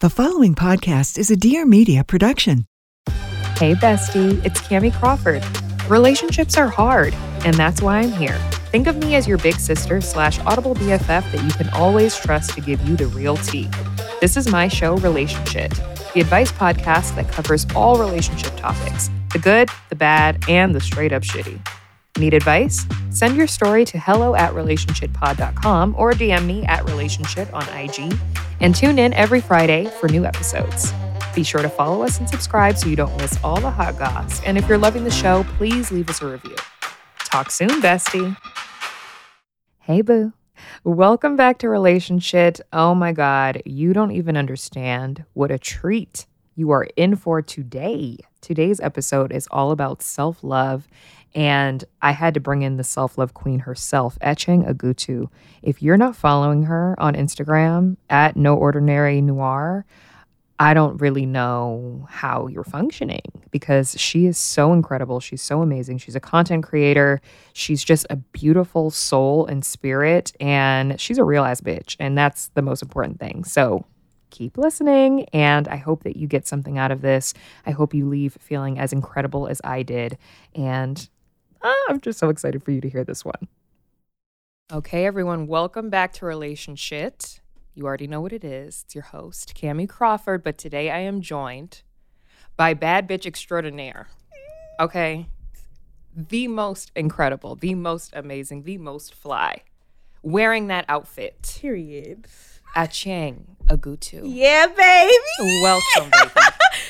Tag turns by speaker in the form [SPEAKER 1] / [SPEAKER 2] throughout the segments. [SPEAKER 1] The following podcast is a Dear Media production.
[SPEAKER 2] Hey, bestie, it's Cami Crawford. Relationships are hard, and that's why I'm here. Think of me as your big sister slash audible BFF that you can always trust to give you the real tea. This is my show, Relationship, the advice podcast that covers all relationship topics the good, the bad, and the straight up shitty. Need advice? Send your story to hello at relationshippod.com or DM me at relationship on IG and tune in every Friday for new episodes. Be sure to follow us and subscribe so you don't miss all the hot goss. And if you're loving the show, please leave us a review. Talk soon, bestie. Hey, boo. Welcome back to Relationship. Oh my God, you don't even understand what a treat you are in for today. Today's episode is all about self love. And I had to bring in the self love queen herself, Etching Agutu. If you're not following her on Instagram at No Ordinary Noir, I don't really know how you're functioning because she is so incredible. She's so amazing. She's a content creator. She's just a beautiful soul and spirit. And she's a real ass bitch. And that's the most important thing. So keep listening. And I hope that you get something out of this. I hope you leave feeling as incredible as I did. And ah, I'm just so excited for you to hear this one. Okay, everyone, welcome back to Relationship. You already know what it is. It's your host, Cami Crawford, but today I am joined by Bad Bitch Extraordinaire. Okay? The most incredible, the most amazing, the most fly. Wearing that outfit,
[SPEAKER 3] Period.
[SPEAKER 2] Acheng Agutu.
[SPEAKER 3] Yeah, baby.
[SPEAKER 2] Welcome, baby.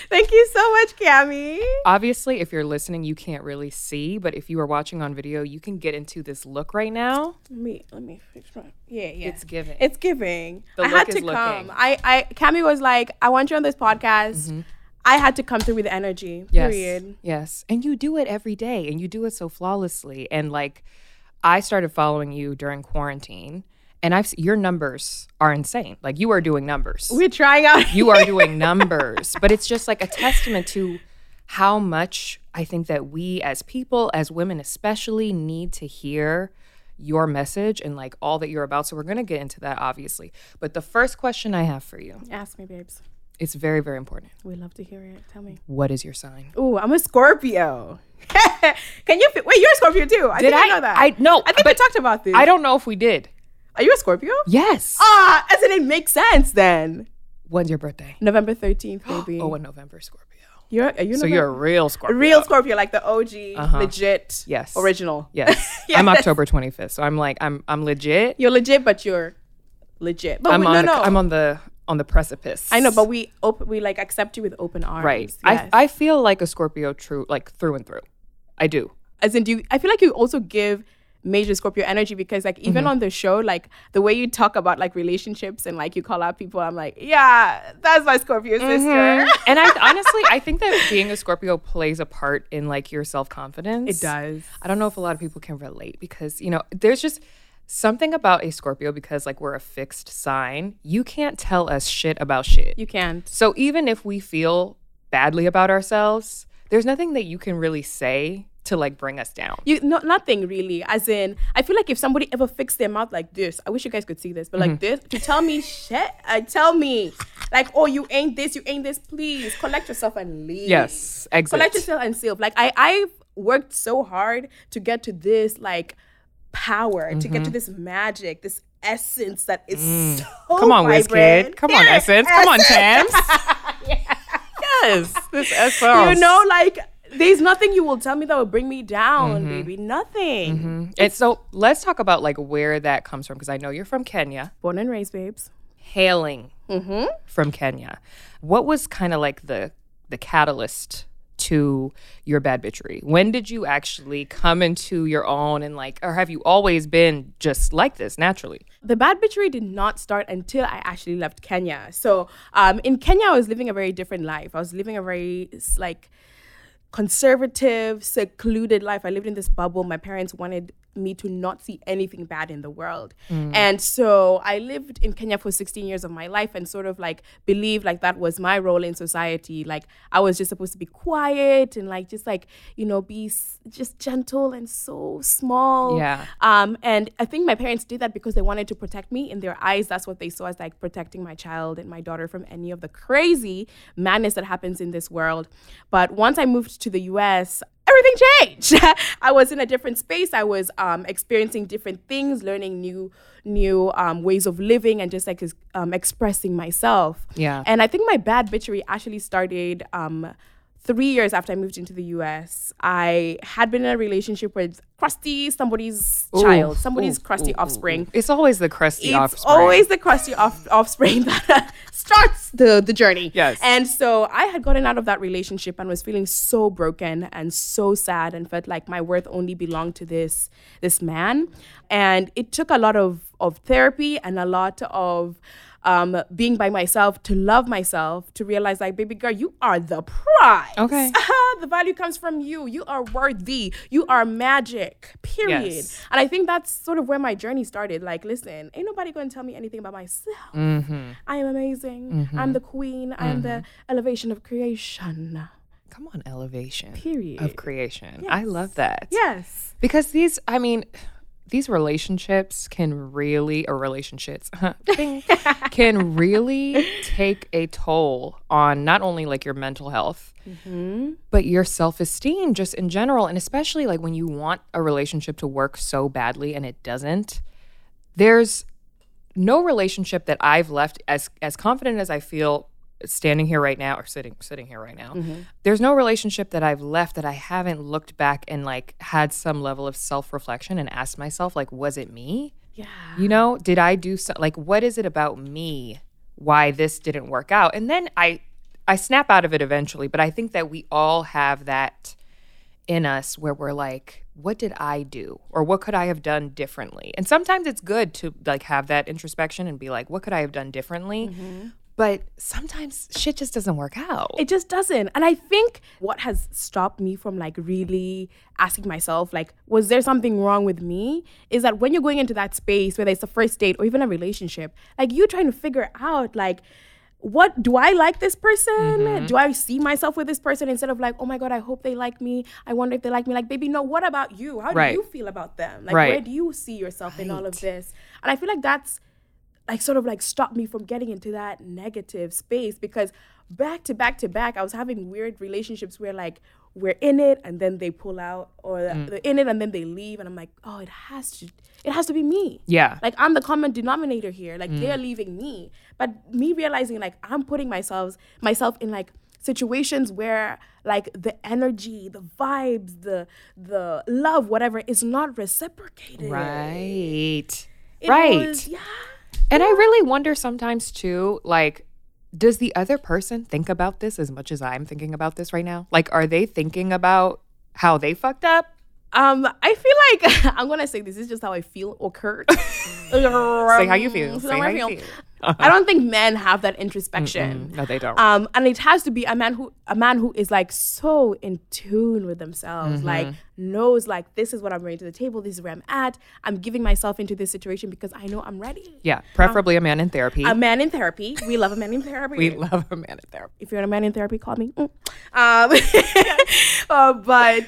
[SPEAKER 3] Thank you so much, Cammy.
[SPEAKER 2] Obviously, if you're listening, you can't really see, but if you are watching on video, you can get into this look right now.
[SPEAKER 3] Let me let me fix my yeah yeah.
[SPEAKER 2] It's giving.
[SPEAKER 3] It's giving.
[SPEAKER 2] The
[SPEAKER 3] I
[SPEAKER 2] look
[SPEAKER 3] had
[SPEAKER 2] is
[SPEAKER 3] to
[SPEAKER 2] looking.
[SPEAKER 3] come. I I Cammy was like, I want you on this podcast. I had to come through with the energy.
[SPEAKER 2] Yes.
[SPEAKER 3] Period.
[SPEAKER 2] Yes. And you do it every day and you do it so flawlessly. And like I started following you during quarantine and I've s- your numbers are insane. Like you are doing numbers.
[SPEAKER 3] We're trying out.
[SPEAKER 2] you are doing numbers, but it's just like a testament to how much I think that we as people, as women especially, need to hear your message and like all that you're about. So we're going to get into that obviously. But the first question I have for you,
[SPEAKER 3] Ask me, babes.
[SPEAKER 2] it's very very important.
[SPEAKER 3] We love to hear it. Tell me.
[SPEAKER 2] What is your sign?
[SPEAKER 3] Ooh, I'm a Scorpio. Can you fi- wait? You're a Scorpio too. I
[SPEAKER 2] Did
[SPEAKER 3] think I,
[SPEAKER 2] I-
[SPEAKER 3] know that.
[SPEAKER 2] I- no,
[SPEAKER 3] I think we
[SPEAKER 2] but-
[SPEAKER 3] talked about this.
[SPEAKER 2] I don't know if we did.
[SPEAKER 3] Are you a Scorpio?
[SPEAKER 2] Yes.
[SPEAKER 3] Ah, as in it makes sense then.
[SPEAKER 2] When's your birthday?
[SPEAKER 3] November 13th, baby.
[SPEAKER 2] Oh, in November, Scorpio.
[SPEAKER 3] you're are you
[SPEAKER 2] So you're a real Scorpio.
[SPEAKER 3] real Scorpio, like the OG,
[SPEAKER 2] Uh-huh.
[SPEAKER 3] legit,
[SPEAKER 2] Yes.
[SPEAKER 3] original.
[SPEAKER 2] Yes.
[SPEAKER 3] Yes.
[SPEAKER 2] I'm October 25th. So I'm like I'm I'm legit.
[SPEAKER 3] You're legit, but you're legit. But
[SPEAKER 2] I'm
[SPEAKER 3] we,
[SPEAKER 2] on
[SPEAKER 3] no, no,
[SPEAKER 2] I'm on the on the precipice.
[SPEAKER 3] I know, but we open, we like accept you with open arms.
[SPEAKER 2] right.
[SPEAKER 3] Yes.
[SPEAKER 2] I I feel like a Scorpio true like through and through. I do.
[SPEAKER 3] as in, do you, I feel like you also give major Scorpio energy because like even
[SPEAKER 2] Mm-hmm.
[SPEAKER 3] on the show, like the way you talk about like relationships and like you call out people, I'm like, yeah, that's my Scorpio
[SPEAKER 2] Mm-hmm.
[SPEAKER 3] sister.
[SPEAKER 2] and I honestly I think that being a Scorpio plays a part in like your self-confidence.
[SPEAKER 3] It does.
[SPEAKER 2] I don't know if a lot of people can relate because, you know, there's just something about a Scorpio because like we're a fixed sign. You can't tell us shit about shit.
[SPEAKER 3] You can't.
[SPEAKER 2] So even if we feel badly about ourselves, there's nothing that you can really say to like bring us down.
[SPEAKER 3] You no, nothing really. As in, I feel like if somebody ever fixed their mouth like this, I wish you guys could see this, but like
[SPEAKER 2] Mm-hmm.
[SPEAKER 3] this, to tell me shit, I tell me, like, oh, you ain't this, you ain't this. Please collect yourself and leave.
[SPEAKER 2] Yes, exit.
[SPEAKER 3] collect yourself and self. Like I, I've worked so hard to get to this like power, to
[SPEAKER 2] Mm-hmm.
[SPEAKER 3] get to this magic, this essence that is so
[SPEAKER 2] Mm. Come on,
[SPEAKER 3] vibrant.
[SPEAKER 2] WizKid. Come on,
[SPEAKER 3] Yeah,
[SPEAKER 2] Essence. Come on, Tams. yes, this SR.
[SPEAKER 3] You know, like there's nothing you will tell me that will bring me down,
[SPEAKER 2] Mm-hmm.
[SPEAKER 3] baby. Nothing.
[SPEAKER 2] And so let's talk about like where that comes from because I know you're from Kenya,
[SPEAKER 3] Born and raised, babes.
[SPEAKER 2] hailing
[SPEAKER 3] Mm-hmm.
[SPEAKER 2] from Kenya. What was kind of like the the catalyst to your bad bitchery? When did you actually come into your own and like, or have you always been just like this naturally?
[SPEAKER 3] the bad bitchery did not start until I actually left Kenya. So um, in Kenya, I was living a very different life. I was living a very s- like conservative, secluded life. I lived in this bubble. My parents wanted me to not see anything bad in the world. And so I lived in Kenya for 16 years of my life and sort of like believed like that was my role in society. Like I was just supposed to be quiet and like just like, you know, be s- just gentle and so small.
[SPEAKER 2] Yeah.
[SPEAKER 3] Um, and I think my parents did that because they wanted to protect me. In their eyes, that's what they saw as like protecting my child and my daughter from any of the crazy madness that happens in this world. But once I moved to the US, everything changed. I was in a different space. I was um, experiencing different things, learning new new um, ways of living, and just like ex- um, expressing myself.
[SPEAKER 2] Yeah.
[SPEAKER 3] And I think my bad bitchery actually started. Um, Three years after I moved into the US, I had been in a relationship with crusty somebody's child, somebody's crusty offspring.
[SPEAKER 2] It's always the crusty
[SPEAKER 3] It's
[SPEAKER 2] offspring.
[SPEAKER 3] always the crusty off- offspring that uh, starts the, the journey.
[SPEAKER 2] Yes.
[SPEAKER 3] And so I had gotten out of that relationship and was feeling so broken and so sad and felt like my worth only belonged to this this man. And it took a lot of of therapy and a lot of um, being by myself to love myself to realize like baby girl you are the prize
[SPEAKER 2] Okay.
[SPEAKER 3] the value comes from you you are worthy you are magic period
[SPEAKER 2] Yes.
[SPEAKER 3] and I think that's sort of where my journey started. Like, listen, ain't nobody gonna tell me anything about myself. I am amazing. I'm the queen. I'm the elevation of creation.
[SPEAKER 2] Come on, elevation.
[SPEAKER 3] Period.
[SPEAKER 2] Of creation. I love that.
[SPEAKER 3] Yes.
[SPEAKER 2] Because these, I mean, these relationships can really, or relationships, bing, can really take a toll on not only like your mental health, but your self esteem just in general. And especially like when you want a relationship to work so badly and it doesn't, there's no relationship that I've left as as confident as I feel standing here right now or sitting sitting here right now. There's no relationship that I've left that I haven't looked back and like had some level of self-reflection and asked myself like was it me?
[SPEAKER 3] Yeah.
[SPEAKER 2] You know, did I do so like what is it about me why this didn't work out? And then I I snap out of it eventually, but I think that we all have that in us where we're like what did i do or what could i have done differently and sometimes it's good to like have that introspection and be like what could i have done differently but sometimes shit just doesn't work out
[SPEAKER 3] Mm-hmm. It just doesn't. And I think what has stopped me from like really asking myself, like, was there something wrong with me? Is that when you're going into that space, whether it's a first date or even a relationship, like you trying to figure out, like, what do I like this person?
[SPEAKER 2] Mm-hmm.
[SPEAKER 3] Do I see myself with this person instead of like, oh my God, I hope they like me. I wonder if they like me. Like, baby, no, what about you? How
[SPEAKER 2] Right.
[SPEAKER 3] do you feel about them? Like,
[SPEAKER 2] Right.
[SPEAKER 3] where do you see yourself in all of this? And I feel like that's like sort of like stopped me from getting into that negative space because back to back to back, I was having weird relationships where like we're in it and then they pull out or
[SPEAKER 2] Mm.
[SPEAKER 3] they're in it and then they leave and I'm like, oh, it has to, it has to be me.
[SPEAKER 2] yeah Mm.
[SPEAKER 3] Like I'm the common denominator here. Like they're leaving me, but me realizing like I'm putting myself myself in like situations where like the energy, the vibes, the the love, whatever is not reciprocated.
[SPEAKER 2] right
[SPEAKER 3] It
[SPEAKER 2] right
[SPEAKER 3] was- yeah.
[SPEAKER 2] and i really wonder sometimes too like does the other person think about this as much as i'm thinking about this right now like are they thinking about how they fucked up
[SPEAKER 3] Um, I feel like I'm gonna say this is just how I feel occurred. say
[SPEAKER 2] say how you feel Um, say how you feel
[SPEAKER 3] I don't think men have that introspection.
[SPEAKER 2] no they don't
[SPEAKER 3] Um, and it has to be a man who a man who is like so in tune with themselves,
[SPEAKER 2] Mm-hmm.
[SPEAKER 3] like knows like this is what I'm bringing to the table, this is where I'm at. I'm giving myself into this situation because I know I'm ready.
[SPEAKER 2] yeah preferably a man in therapy
[SPEAKER 3] A man in therapy. We love a man in therapy.
[SPEAKER 2] We love a man in therapy.
[SPEAKER 3] if you're a man in therapy, call me. Mm. Um, uh, but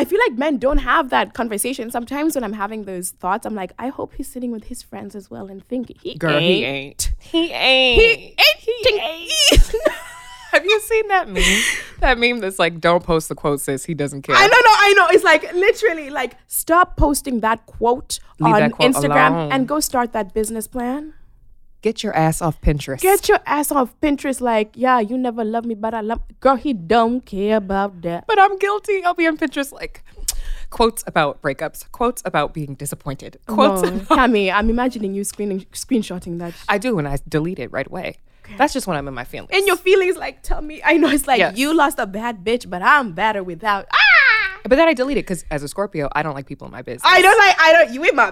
[SPEAKER 3] I feel like men don't have that conversation. Sometimes when I'm having those thoughts, I'm like, I hope he's sitting with his friends as well and thinking. He
[SPEAKER 2] Girl, he
[SPEAKER 3] ain't.
[SPEAKER 2] ain't. He ain't.
[SPEAKER 3] He ain't.
[SPEAKER 2] Have you seen that meme? that meme that's like, don't post the quote, sis. He doesn't care.
[SPEAKER 3] I know, no, I know. It's like literally, like stop posting that quote
[SPEAKER 2] Leave
[SPEAKER 3] on
[SPEAKER 2] that quote
[SPEAKER 3] Instagram
[SPEAKER 2] alone.
[SPEAKER 3] and go start that business plan.
[SPEAKER 2] Get your ass off Pinterest.
[SPEAKER 3] Get your ass off Pinterest. Like, yeah, you never love me, but I love. Girl, he don't care about that.
[SPEAKER 2] but I'm guilty. I'll be on Pinterest like quotes about breakups, quotes about being disappointed, quotes.
[SPEAKER 3] No, Tammy, I'm imagining you screening, screenshotting that.
[SPEAKER 2] I do, and I delete it right away. That's just when I'm in my feelings.
[SPEAKER 3] in your feelings, like tell me. I know it's like
[SPEAKER 2] Yes.
[SPEAKER 3] you lost a bad bitch, but I'm better without. Ah,
[SPEAKER 2] But then I delete it because as a Scorpio, I don't like people in my business.
[SPEAKER 3] I don't like. I don't. You in my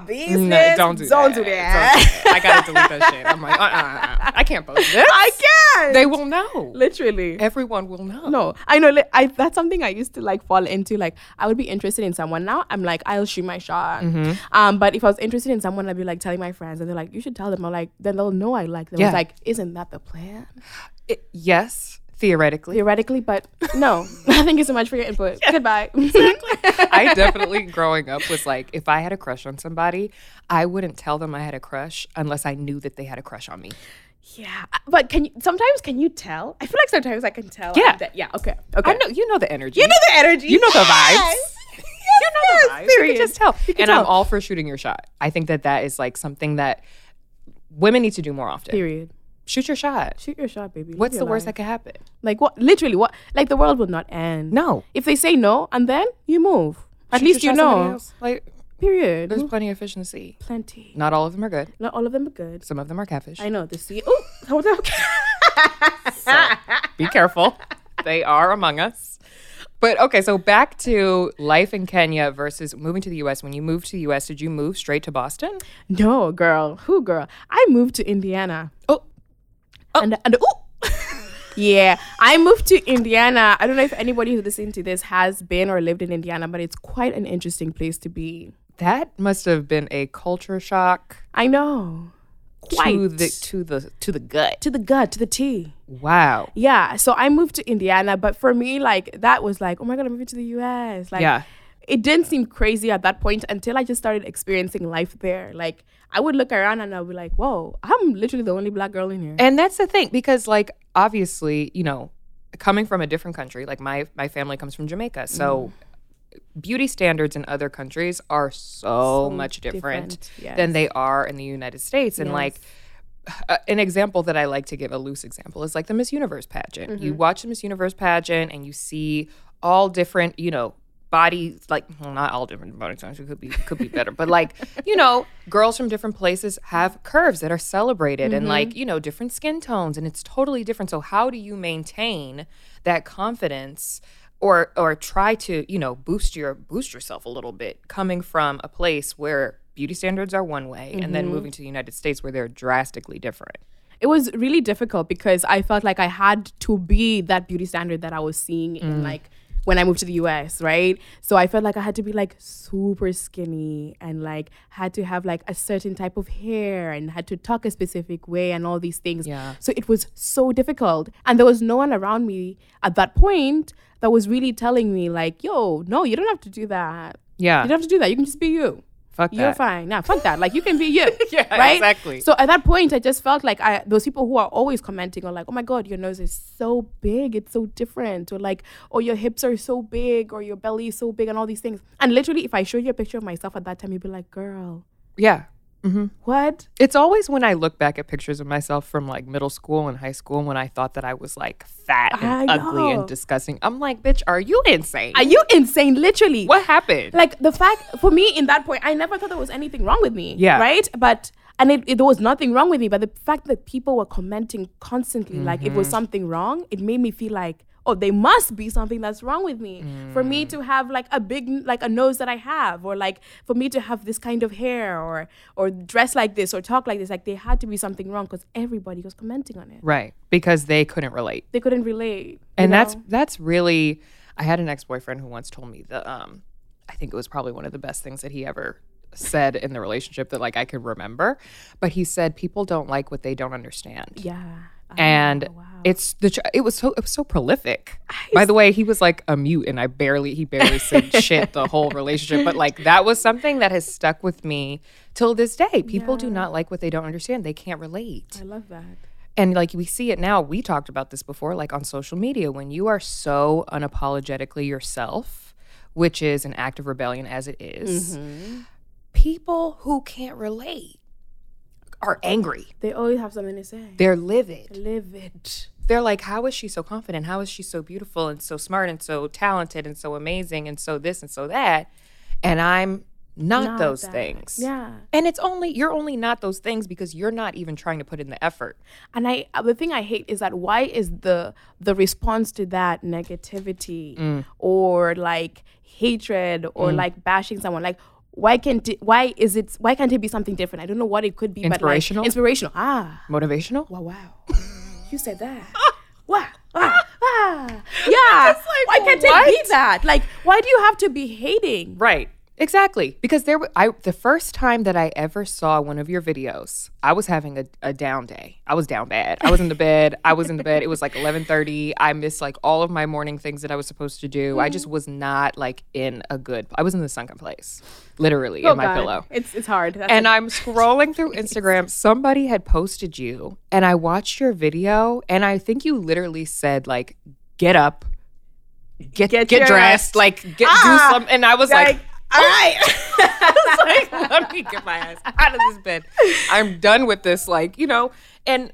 [SPEAKER 3] business?
[SPEAKER 2] no, don't do
[SPEAKER 3] Don't
[SPEAKER 2] that. Don't
[SPEAKER 3] do that.
[SPEAKER 2] do that. I gotta delete that shit. I'm like, uh, uh, uh, uh, I can't post this.
[SPEAKER 3] I can't.
[SPEAKER 2] They will know.
[SPEAKER 3] literally.
[SPEAKER 2] Everyone will know.
[SPEAKER 3] No, I know. Like, I that's something I used to like fall into. Like, I would be interested in someone. Now I'm like, I'll shoot my shot.
[SPEAKER 2] Mm-hmm.
[SPEAKER 3] Um, but if I was interested in someone, I'd be like telling my friends, and they're like, you should tell them. I'm like, then they'll know I like them.
[SPEAKER 2] Yeah.
[SPEAKER 3] It's like, isn't that the plan?
[SPEAKER 2] It- yes, theoretically.
[SPEAKER 3] Theoretically, but no. Thank you so much for your input. Goodbye. Exactly.
[SPEAKER 2] I definitely, growing up, was like, if I had a crush on somebody, I wouldn't tell them I had a crush unless I knew that they had a crush on me.
[SPEAKER 3] yeah, uh, but can you sometimes can you tell? I feel like sometimes I can tell.
[SPEAKER 2] Yeah.
[SPEAKER 3] that- yeah. Okay. Okay.
[SPEAKER 2] I know, you know the energy.
[SPEAKER 3] You know the energy.
[SPEAKER 2] You know the
[SPEAKER 3] Yes.
[SPEAKER 2] vibes.
[SPEAKER 3] Yes,
[SPEAKER 2] you know the
[SPEAKER 3] yes,
[SPEAKER 2] vibes. You can
[SPEAKER 3] period.
[SPEAKER 2] just tell.
[SPEAKER 3] You can
[SPEAKER 2] and I'm
[SPEAKER 3] tell.
[SPEAKER 2] all for shooting your shot. I think that that is like something that women need to do more often.
[SPEAKER 3] Period.
[SPEAKER 2] Shoot your shot.
[SPEAKER 3] Shoot your shot, baby. Live
[SPEAKER 2] What's the
[SPEAKER 3] your
[SPEAKER 2] worst that
[SPEAKER 3] life.
[SPEAKER 2] could happen?
[SPEAKER 3] Like what? Literally, what? Like the world will not end.
[SPEAKER 2] No.
[SPEAKER 3] If they say no, and then you move. At
[SPEAKER 2] Shoot
[SPEAKER 3] least
[SPEAKER 2] your
[SPEAKER 3] you
[SPEAKER 2] shot somebody
[SPEAKER 3] know.
[SPEAKER 2] else. Like,
[SPEAKER 3] Period.
[SPEAKER 2] there's plenty of fish in the sea.
[SPEAKER 3] plenty.
[SPEAKER 2] Not all of them are good.
[SPEAKER 3] Not all of them are good.
[SPEAKER 2] Some of them are catfish.
[SPEAKER 3] I know the sea. Oh, hold up.
[SPEAKER 2] Be careful. they are among us. But okay, so back to life in Kenya versus moving to the US. When you moved to the US, did you move straight to Boston?
[SPEAKER 3] no, girl. Who, girl? I moved to Indiana.
[SPEAKER 2] Oh.
[SPEAKER 3] And and oh. Yeah, I moved to Indiana. I don't know if anybody who's listening to this has been or lived in Indiana, but it's quite an interesting place to be.
[SPEAKER 2] That must have been a culture shock
[SPEAKER 3] I know. Quite.
[SPEAKER 2] to the to the to the gut.
[SPEAKER 3] to the gut, to the T.
[SPEAKER 2] Wow.
[SPEAKER 3] Yeah. So I moved to Indiana, but for me, like that was like, oh my god, I'm moving to the US. Like,
[SPEAKER 2] Yeah.
[SPEAKER 3] it didn't seem crazy at that point until I just started experiencing life there. Like, I would look around and I'd be like, whoa, I'm literally the only black girl in here.
[SPEAKER 2] And that's the thing because like obviously, you know, coming from a different country, like my my family comes from Jamaica. So beauty standards in other countries are so,
[SPEAKER 3] Mm. So
[SPEAKER 2] much different,
[SPEAKER 3] different,
[SPEAKER 2] than they are in the United States and
[SPEAKER 3] Yes.
[SPEAKER 2] like uh, an example that I like to give, a loose example, is like the Miss Universe pageant. You watch the Miss Universe pageant and you see all different, you know, body like well, not all different body types. It could be could be better, but like you know, girls from different places have curves that are celebrated and like you know different skin tones, and it's totally different. So how do you maintain that confidence? Or, or try to you know boost your boost yourself a little bit coming from a place where beauty standards are one way and then moving to the United States where they're drastically different.
[SPEAKER 3] It was really difficult because I felt like I had to be that beauty standard that I was seeing in like when I moved to the US, right? So I felt like I had to be like super skinny and like had to have like a certain type of hair and had to talk a specific way and all these things.
[SPEAKER 2] Yeah.
[SPEAKER 3] So it was so difficult. And there was no one around me at that point that was really telling me like, yo, no, you don't have to do that.
[SPEAKER 2] Yeah.
[SPEAKER 3] You don't have to do that. You can just be you.
[SPEAKER 2] Fuck
[SPEAKER 3] You're
[SPEAKER 2] that.
[SPEAKER 3] fine. Nah, fuck that. Like you can be you.
[SPEAKER 2] Yeah,
[SPEAKER 3] right?
[SPEAKER 2] exactly.
[SPEAKER 3] So at that point, I just felt like I those people who are always commenting on like, oh my god, your nose is so big, it's so different, or like, oh your hips are so big, or your belly is so big, and all these things. And literally, if I show you a picture of myself at that time, you'd be like, girl,
[SPEAKER 2] Yeah.
[SPEAKER 3] what?
[SPEAKER 2] It's always when I look back at pictures of myself from like middle school and high school when I thought that I was like fat and
[SPEAKER 3] I
[SPEAKER 2] ugly
[SPEAKER 3] know.
[SPEAKER 2] and disgusting. I'm like, bitch, are you insane?
[SPEAKER 3] Are you insane? Literally.
[SPEAKER 2] what happened?
[SPEAKER 3] Like the fact for me in that point, I never thought there was anything wrong with me.
[SPEAKER 2] Yeah.
[SPEAKER 3] Right. But and it, it- there was nothing wrong with me. But the fact that people were commenting constantly, like it
[SPEAKER 2] Mm-hmm.
[SPEAKER 3] was something wrong, it made me feel like, oh, there must be something that's wrong with me. For
[SPEAKER 2] Mm.
[SPEAKER 3] me to have like a big, like a nose that I have, or like for me to have this kind of hair, or or dress like this, or talk like this, like there had to be something wrong because everybody was commenting on it.
[SPEAKER 2] right. Because they couldn't relate.
[SPEAKER 3] They couldn't relate.
[SPEAKER 2] and that's that's really i had an ex-boyfriend who once told me that um i think it was probably one of the best things that he ever said in the relationship that like i could remember but he said people don't like what they don't understand
[SPEAKER 3] yeah.
[SPEAKER 2] and it's the tr- it was so it was so prolific. By the way, he was like a mute, and I barely he barely said shit the whole relationship. But like that was something that has stuck with me till this day. People do not like what they don't understand. They can't relate.
[SPEAKER 3] I love that.
[SPEAKER 2] And like we see it now, we talked about this before, like on social media, when you are so unapologetically yourself, which is an act of rebellion as it is,
[SPEAKER 3] Mm-hmm.
[SPEAKER 2] people who can't relate are angry.
[SPEAKER 3] They always have something to say.
[SPEAKER 2] They're livid.
[SPEAKER 3] Live it.
[SPEAKER 2] They're like, how is she so confident? How is she so beautiful and so smart and so talented and so amazing and so this and so that? And I'm not,
[SPEAKER 3] Not
[SPEAKER 2] those
[SPEAKER 3] that.
[SPEAKER 2] things.
[SPEAKER 3] Yeah.
[SPEAKER 2] And it's only you're only not those things because you're not even trying to put in the effort.
[SPEAKER 3] And I uh, the thing I hate is that why is the the response to that negativity
[SPEAKER 2] Mm.
[SPEAKER 3] or like hatred or like bashing someone like why can't it, why is it why can't it be something different? I don't know what it could be, but
[SPEAKER 2] Inspirational?
[SPEAKER 3] like inspirational. Ah,
[SPEAKER 2] Motivational?
[SPEAKER 3] wow, wow. you said that. wow. Wow. wow. Yeah. why can't it be that? Like, why do you have to be hating?
[SPEAKER 2] Right. Exactly. Because there were, I the first time that I ever saw one of your videos, I was having a, a down day. I was down bad. I was in the bed. I was in the bed. It was like 11:30. I missed like all of my morning things that I was supposed to do. I just was not like in a good I was in the sunken place. Literally in my
[SPEAKER 3] God,
[SPEAKER 2] pillow.
[SPEAKER 3] It's it's hard. That's
[SPEAKER 2] and I'm scrolling through Instagram. Somebody had posted you, and I watched your video, and I think you literally said like, "Get up, get
[SPEAKER 3] Get
[SPEAKER 2] get,
[SPEAKER 3] your ass-
[SPEAKER 2] dressed, like get
[SPEAKER 3] Ah!
[SPEAKER 2] do something." And I was
[SPEAKER 3] like,
[SPEAKER 2] like,
[SPEAKER 3] all right.
[SPEAKER 2] I was like, "Let me get my ass out of this bed. I'm done with this." Like you know, and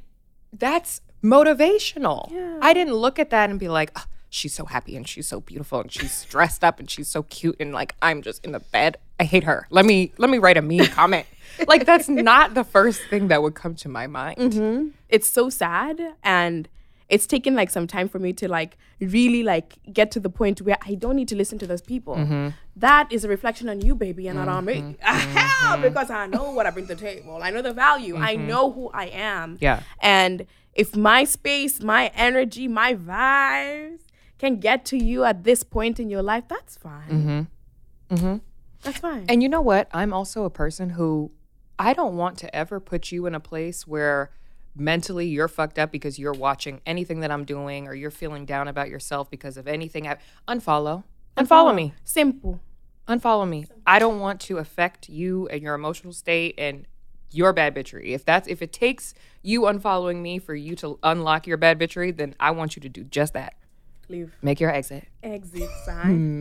[SPEAKER 2] that's motivational. I didn't look at that and be like. "Ah, She's so happy and she's so beautiful and she's dressed up and she's so cute and like I'm just in the bed. I hate her. Let me let me write a mean comment. like that's not the first thing that would come to my mind.
[SPEAKER 3] it's so sad and it's taken like some time for me to like really like get to the point where I don't need to listen to those people.
[SPEAKER 2] Mm-hmm.
[SPEAKER 3] That is a reflection on you, baby, and not on me.
[SPEAKER 2] Mm-hmm.
[SPEAKER 3] because I know what I bring to the table. I know the value. I know who I am.
[SPEAKER 2] Yeah.
[SPEAKER 3] And if my space, my energy, my vibes can get to you at this point in your life, that's fine. That's fine.
[SPEAKER 2] Mm-hmm. And you know what? I'm also a person who I don't want to ever put you in a place where mentally you're fucked up because you're watching anything that I'm doing or you're feeling down about yourself because of anything. I unfollow. Unfollow me.
[SPEAKER 3] Simple.
[SPEAKER 2] Unfollow me. I don't want to affect you and your emotional state and your bad bitchery. If that's if it takes you unfollowing me for you to unlock your bad bitchery, then I want you to do just that.
[SPEAKER 3] Leave.
[SPEAKER 2] Make your exit.
[SPEAKER 3] Exit sign.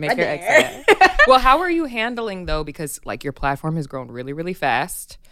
[SPEAKER 2] Make
[SPEAKER 3] Right
[SPEAKER 2] your
[SPEAKER 3] there.
[SPEAKER 2] exit. well, how are you handling though? Because like your platform has grown really, really fast. And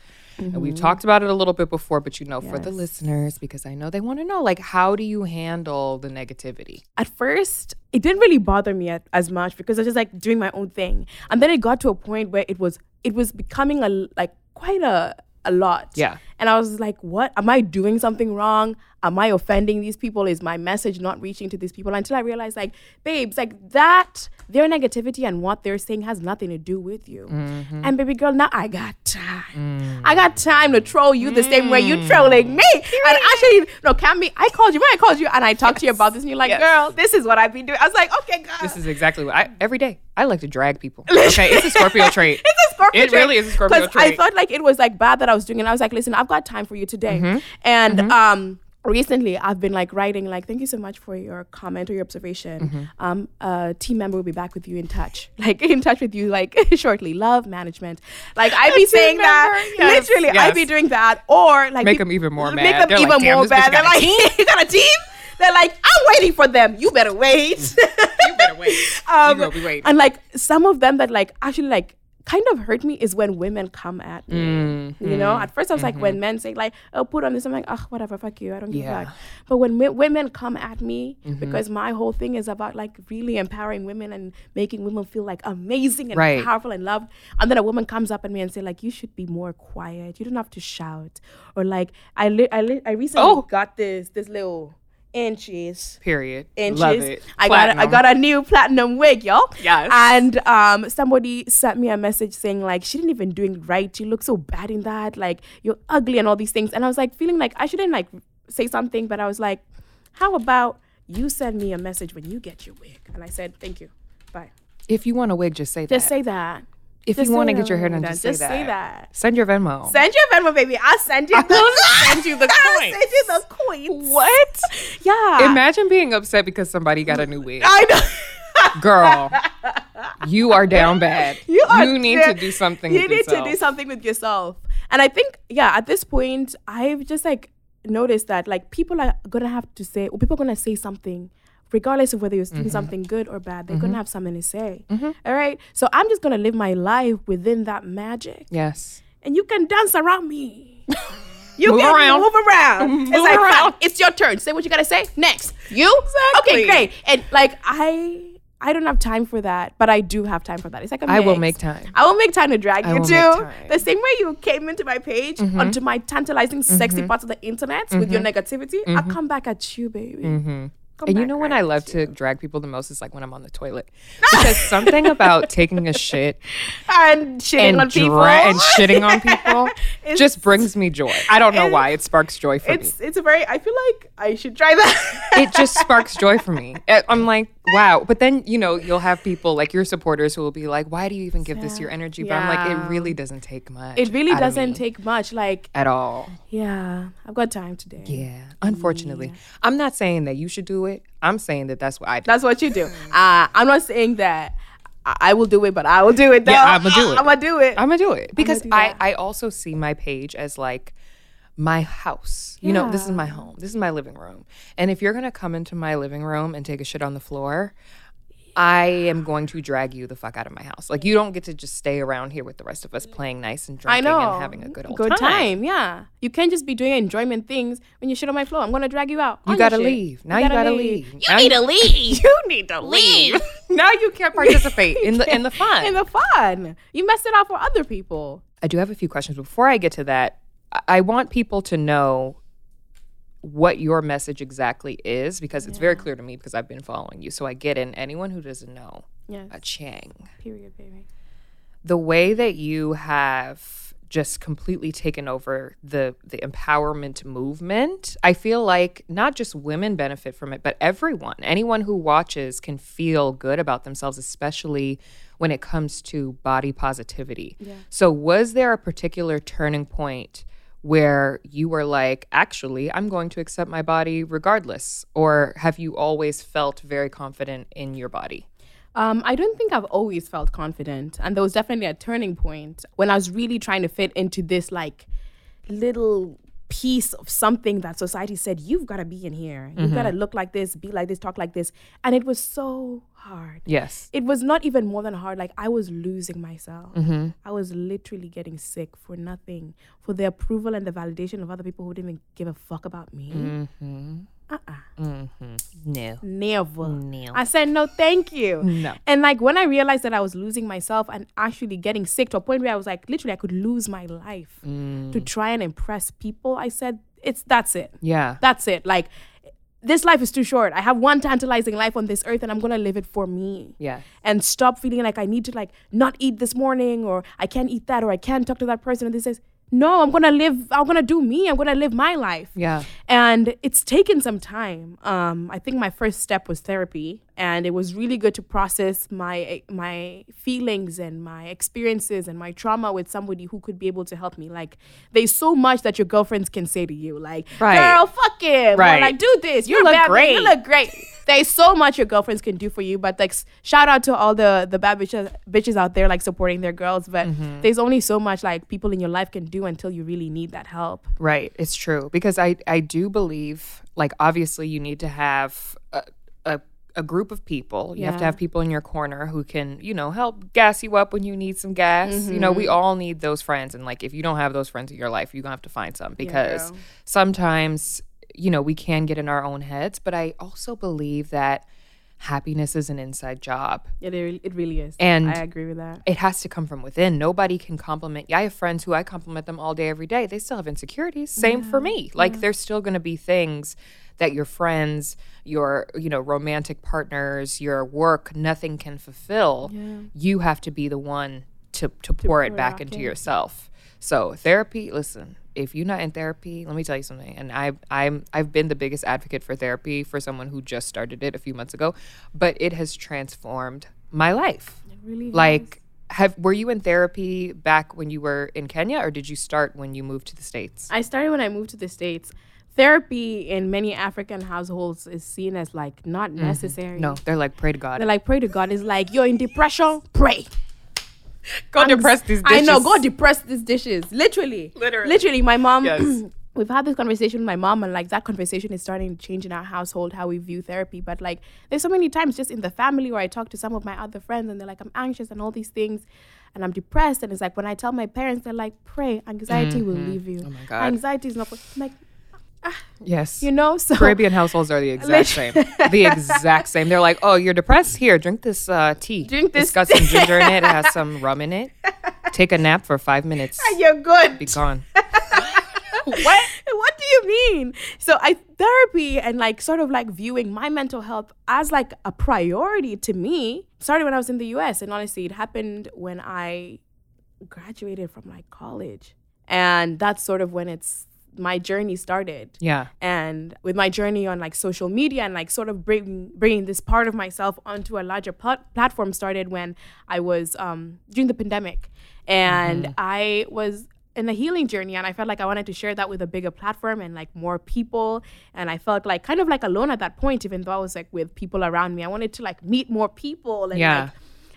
[SPEAKER 3] Mm-hmm.
[SPEAKER 2] we've talked about it a little bit before, but you know, for the listeners, because I know they want to know, like, how do you handle the negativity?
[SPEAKER 3] at first it didn't really bother me at, as much because I was just like doing my own thing, and then it got to a point where it was it was becoming a like quite a a lot.
[SPEAKER 2] Yeah.
[SPEAKER 3] And I was like, what? Am I doing something wrong? Am I offending these people? Is my message not reaching to these people? Until I realized, like, babes, like that, their negativity and what they're saying has nothing to do with you.
[SPEAKER 2] Mm-hmm.
[SPEAKER 3] And baby girl, now I got time.
[SPEAKER 2] Mm.
[SPEAKER 3] I got time to troll you the same way you trolling me. And actually, no, Cammy, I called you. Remember I called you and I talked to you about this and you're like,
[SPEAKER 2] Yes.
[SPEAKER 3] girl, this is what I've been doing. I was like, okay, girl.
[SPEAKER 2] This is exactly what I every day I like to drag people. Okay, it's a Scorpio trait.
[SPEAKER 3] It's a Scorpio
[SPEAKER 2] It
[SPEAKER 3] trait.
[SPEAKER 2] really is a Scorpio
[SPEAKER 3] 'Cause I
[SPEAKER 2] trait.
[SPEAKER 3] thought like it was like bad that I was doing, it. and I was like, listen, I've got time for you today.
[SPEAKER 2] Mm-hmm.
[SPEAKER 3] And um, recently I've been like writing like, thank you so much for your comment or your observation.
[SPEAKER 2] Mm-hmm.
[SPEAKER 3] Um, a team member will be back with you in touch, like in touch with you like shortly. Love management, like I'd be saying
[SPEAKER 2] member,
[SPEAKER 3] that
[SPEAKER 2] yes,
[SPEAKER 3] literally, I'd
[SPEAKER 2] yes.
[SPEAKER 3] be doing that or like
[SPEAKER 2] Make
[SPEAKER 3] be-
[SPEAKER 2] 'em even more
[SPEAKER 3] make
[SPEAKER 2] mad.
[SPEAKER 3] them
[SPEAKER 2] They're like,
[SPEAKER 3] even
[SPEAKER 2] "Damn,
[SPEAKER 3] more
[SPEAKER 2] this bitch
[SPEAKER 3] bad. They're
[SPEAKER 2] got a
[SPEAKER 3] like, you got a team. They're like, I'm waiting for them. You better wait.
[SPEAKER 2] You better wait.
[SPEAKER 3] Um,
[SPEAKER 2] you will be waiting.
[SPEAKER 3] and like some of them that like actually like kind of hurt me is when women come at me.
[SPEAKER 2] Mm-hmm.
[SPEAKER 3] You know, at first I was like, when men say like, "Oh, put on this," I'm like, "Ah, whatever, fuck you, I don't give a
[SPEAKER 2] Yeah. Mm-hmm.
[SPEAKER 3] fuck." But when w- women come at me, because my whole thing is about like really empowering women and making women feel like amazing and
[SPEAKER 2] Right.
[SPEAKER 3] powerful and loved, and then a woman comes up at me and say like, "You should be more quiet. You don't have to shout," or like, "I li- I, li- I recently
[SPEAKER 2] Oh.
[SPEAKER 3] got this this little inches."
[SPEAKER 2] Period.
[SPEAKER 3] inches.
[SPEAKER 2] Love it.
[SPEAKER 3] I got a, I
[SPEAKER 2] Platinum.
[SPEAKER 3] got a new platinum wig, y'all.
[SPEAKER 2] Yes.
[SPEAKER 3] And um, somebody sent me a message saying like she didn't even do it right. You look so bad in that. Like you're ugly and all these things. And I was like feeling like I shouldn't like say something, but I was like, how about you send me a message when you get your wig? And I said, thank you. Bye.
[SPEAKER 2] If you want a wig, just say that.
[SPEAKER 3] Just say that.
[SPEAKER 2] if
[SPEAKER 3] just
[SPEAKER 2] you want
[SPEAKER 3] say
[SPEAKER 2] to get
[SPEAKER 3] that.
[SPEAKER 2] your hair done, just,
[SPEAKER 3] Just
[SPEAKER 2] say that.
[SPEAKER 3] say that.
[SPEAKER 2] Send your Venmo.
[SPEAKER 3] Send your Venmo, baby. I'll send you. The,
[SPEAKER 2] send you the
[SPEAKER 3] I'll
[SPEAKER 2] coin.
[SPEAKER 3] send you the coins.
[SPEAKER 2] What?
[SPEAKER 3] Yeah.
[SPEAKER 2] Imagine being upset because somebody got a new wig.
[SPEAKER 3] I know.
[SPEAKER 2] Girl, you are down bad.
[SPEAKER 3] you, are
[SPEAKER 2] need
[SPEAKER 3] there.
[SPEAKER 2] to do something.
[SPEAKER 3] You
[SPEAKER 2] with
[SPEAKER 3] need
[SPEAKER 2] yourself.
[SPEAKER 3] to do something with yourself. And I think, yeah, at this point, I've just like noticed that like people are gonna have to say, or people are gonna say something, regardless of whether you're doing
[SPEAKER 2] Mm-hmm.
[SPEAKER 3] something good or bad. They're gonna have something to say. All right. So I'm just gonna live my life within that magic,
[SPEAKER 2] Yes.
[SPEAKER 3] and you can dance around me. You
[SPEAKER 2] Move
[SPEAKER 3] can
[SPEAKER 2] around.
[SPEAKER 3] move around. it's
[SPEAKER 2] Move
[SPEAKER 3] like, fine,
[SPEAKER 2] around.
[SPEAKER 3] it's your turn. Say what you gotta say next. You
[SPEAKER 2] Exactly.
[SPEAKER 3] okay? Great. And like I, I don't have time for that, but I do have time for that. It's like a
[SPEAKER 2] I will
[SPEAKER 3] mix.
[SPEAKER 2] make time.
[SPEAKER 3] I will make time to drag
[SPEAKER 2] I
[SPEAKER 3] you
[SPEAKER 2] will make
[SPEAKER 3] too.
[SPEAKER 2] time. Mm-hmm.
[SPEAKER 3] The same way you came into my page onto my tantalizing, sexy parts of the internet with your negativity. I'll come back at you, baby. Come
[SPEAKER 2] Mm-hmm. And you
[SPEAKER 3] back
[SPEAKER 2] know when
[SPEAKER 3] right
[SPEAKER 2] I
[SPEAKER 3] at
[SPEAKER 2] love
[SPEAKER 3] you.
[SPEAKER 2] to drag people the most is like when I'm on the toilet. Because something about taking a shit
[SPEAKER 3] and shitting
[SPEAKER 2] and,
[SPEAKER 3] on people
[SPEAKER 2] dra- and shitting on people just brings me joy. I don't know
[SPEAKER 3] it's-
[SPEAKER 2] why. It sparks joy for me.
[SPEAKER 3] It's it's a very. I feel like I should try that.
[SPEAKER 2] It just sparks joy for me. I- I'm like, wow. But then, you know, you'll have people like your supporters who will be like, why do you even give this your energy? But I'm like,
[SPEAKER 3] Yeah.
[SPEAKER 2] it really doesn't take much.
[SPEAKER 3] it really
[SPEAKER 2] out of
[SPEAKER 3] doesn't
[SPEAKER 2] me
[SPEAKER 3] take much. Like
[SPEAKER 2] at all.
[SPEAKER 3] yeah, I've got time today.
[SPEAKER 2] Yeah. Unfortunately, I'm not saying that you should do it. I'm saying that that's what I do.
[SPEAKER 3] That's what you do. Uh, I'm not saying that I, I will do it, but I will do it. Though.
[SPEAKER 2] Yeah, I'ma do it.
[SPEAKER 3] I'm gonna do it.
[SPEAKER 2] I'm gonna do it because
[SPEAKER 3] do
[SPEAKER 2] I,
[SPEAKER 3] that.
[SPEAKER 2] I also see my page as like my house. You know, this is my home. This is my living room. And if you're gonna come into my living room and take a shit on the floor, I am going to drag you the fuck out of my house. Like you don't get to just stay around here with the rest of us playing nice and
[SPEAKER 3] I
[SPEAKER 2] drinking
[SPEAKER 3] know.
[SPEAKER 2] and having a good old
[SPEAKER 3] good
[SPEAKER 2] time.
[SPEAKER 3] time. Yeah, you can't just be doing enjoyment things when you shit on my floor. I'm gonna drag you out.
[SPEAKER 2] You
[SPEAKER 3] on your
[SPEAKER 2] gotta
[SPEAKER 3] shit.
[SPEAKER 2] leave. Now you gotta, leave. Now You
[SPEAKER 3] leave. you need to leave.
[SPEAKER 2] Now you can't participate in the in the fun.
[SPEAKER 3] In the fun, you mess it up for other people.
[SPEAKER 2] I do have a few questions. Before I get to that, I- I want people to know what your message exactly is because it's very clear to me because I've been following you. So I get in anyone who doesn't know
[SPEAKER 3] Yes.
[SPEAKER 2] a Chang,
[SPEAKER 3] Period, baby.
[SPEAKER 2] the way that you have just completely taken over the the empowerment movement. I feel like not just women benefit from it, but everyone, anyone who watches can feel good about themselves, especially when it comes to body positivity. So was there a particular turning point where you were like, actually, I'm going to accept my body regardless? Or have you always felt very confident in your body?
[SPEAKER 3] Um, I don't think I've always felt confident, and there was definitely a turning point when I was really trying to fit into this like little piece of something that society said you've got to be in here, you've got to look like this, be like this, talk like this, and it was so hard.
[SPEAKER 2] Yes.
[SPEAKER 3] It was not even more than hard. Like I was losing myself. I was literally getting sick for nothing, for the approval and the validation of other people who didn't even give a fuck about me.
[SPEAKER 2] No.
[SPEAKER 3] Never. I said, no, thank you. No. And like when I realized that I was losing myself and actually getting sick to a point where I was like, literally, I could lose my life to try and impress people, I said, it's that's it.
[SPEAKER 2] Yeah.
[SPEAKER 3] That's it. Like, this life is too short. I have one tantalizing life on this earth and I'm going to live it for me.
[SPEAKER 2] Yes.
[SPEAKER 3] And stop feeling like I need to, like, not eat this morning or I can't eat that or I can't talk to that person. And this says, no, I'm going to live, I'm going to do me. I'm going to live my life
[SPEAKER 2] Yeah.
[SPEAKER 3] and it's taken some time um, i think my first step was therapy and it was really good to process my my feelings and my experiences and my trauma with somebody who could be able to help me like there's so much that your girlfriends can say to you like
[SPEAKER 2] Right.
[SPEAKER 3] girl fuck it
[SPEAKER 2] Right.
[SPEAKER 3] right. like do this you
[SPEAKER 2] look
[SPEAKER 3] look
[SPEAKER 2] great."
[SPEAKER 3] great you look great there's so much your girlfriends can do for you but like s- shout out to all the the bad bitches, bitches out there like supporting their girls but there's only so much like people in your life can do until you really need that help
[SPEAKER 2] Right. It's true because I I do believe like obviously you need to have a a, a group of people. You have to
[SPEAKER 3] Yeah.
[SPEAKER 2] have people in your corner who can you know help gas you up when you need some gas. You know
[SPEAKER 3] Mm-hmm.
[SPEAKER 2] we all need those friends and like if you don't have those friends in your life, you're gonna have to find some because
[SPEAKER 3] girl.
[SPEAKER 2] sometimes you know we can get in our own heads. But I also believe that happiness is an inside job.
[SPEAKER 3] It, re- it really is.
[SPEAKER 2] And-
[SPEAKER 3] I agree with that.
[SPEAKER 2] it has to come from within. Nobody can compliment. I have friends who I compliment them all day, every day. They still have insecurities. Same for me. Like there's still going to be things that your friends, your you know romantic partners, your work, nothing can fulfill. You have to be the one to to pour it back into yourself. So therapy, listen. If you're not in therapy, let me tell you something. And I, I'm, I've been the biggest advocate for therapy for someone who just started it a few months ago, but it has transformed my life.
[SPEAKER 3] Really?
[SPEAKER 2] Like, have were you in therapy back when you were in Kenya, or did you start when you moved to the states?
[SPEAKER 3] I started when I moved to the States. Therapy in many African households is seen as like not necessary.
[SPEAKER 2] No, they're like pray to God.
[SPEAKER 3] They're like, pray to God. It's like, you're in depression, pray.
[SPEAKER 2] go
[SPEAKER 3] I'm- I know. Go depress these dishes. Literally. Literally. Literally. My mom.
[SPEAKER 2] Yes.
[SPEAKER 3] We've had this conversation with my mom, and like that conversation is starting to change in our household how we view therapy. But like, there's so many times just in the family where I talk to some of my other friends, and they're like, I'm anxious and all these things, and I'm depressed. And it's like when I tell my parents, they're like, pray, anxiety will leave you. Oh my
[SPEAKER 2] God.
[SPEAKER 3] Anxiety is not. For-. I'm like,
[SPEAKER 2] Yes.
[SPEAKER 3] You know, so
[SPEAKER 2] Caribbean households are the exact same. The exact same. They're like, oh, you're depressed? Here, drink this uh, tea.
[SPEAKER 3] Drink
[SPEAKER 2] It's
[SPEAKER 3] this
[SPEAKER 2] got some ginger in it. It has some rum in it. Take a nap for five minutes.
[SPEAKER 3] you're good.
[SPEAKER 2] Be gone.
[SPEAKER 3] what? What do you mean? So I therapy and like sort of like viewing my mental health as like a priority to me started when I was in the US and honestly it happened when I graduated from like college. And that's sort of when it's my journey started
[SPEAKER 2] Yeah.
[SPEAKER 3] and with my journey on like social media and like sort of bring, bringing this part of myself onto a larger plat- platform started when I was um, during the pandemic, and
[SPEAKER 2] Mm-hmm.
[SPEAKER 3] I was in a healing journey and I felt like I wanted to share that with a bigger platform and like more people and I felt like kind of like alone at that point even though I was like with people around me I wanted to like meet more people and
[SPEAKER 2] Yeah.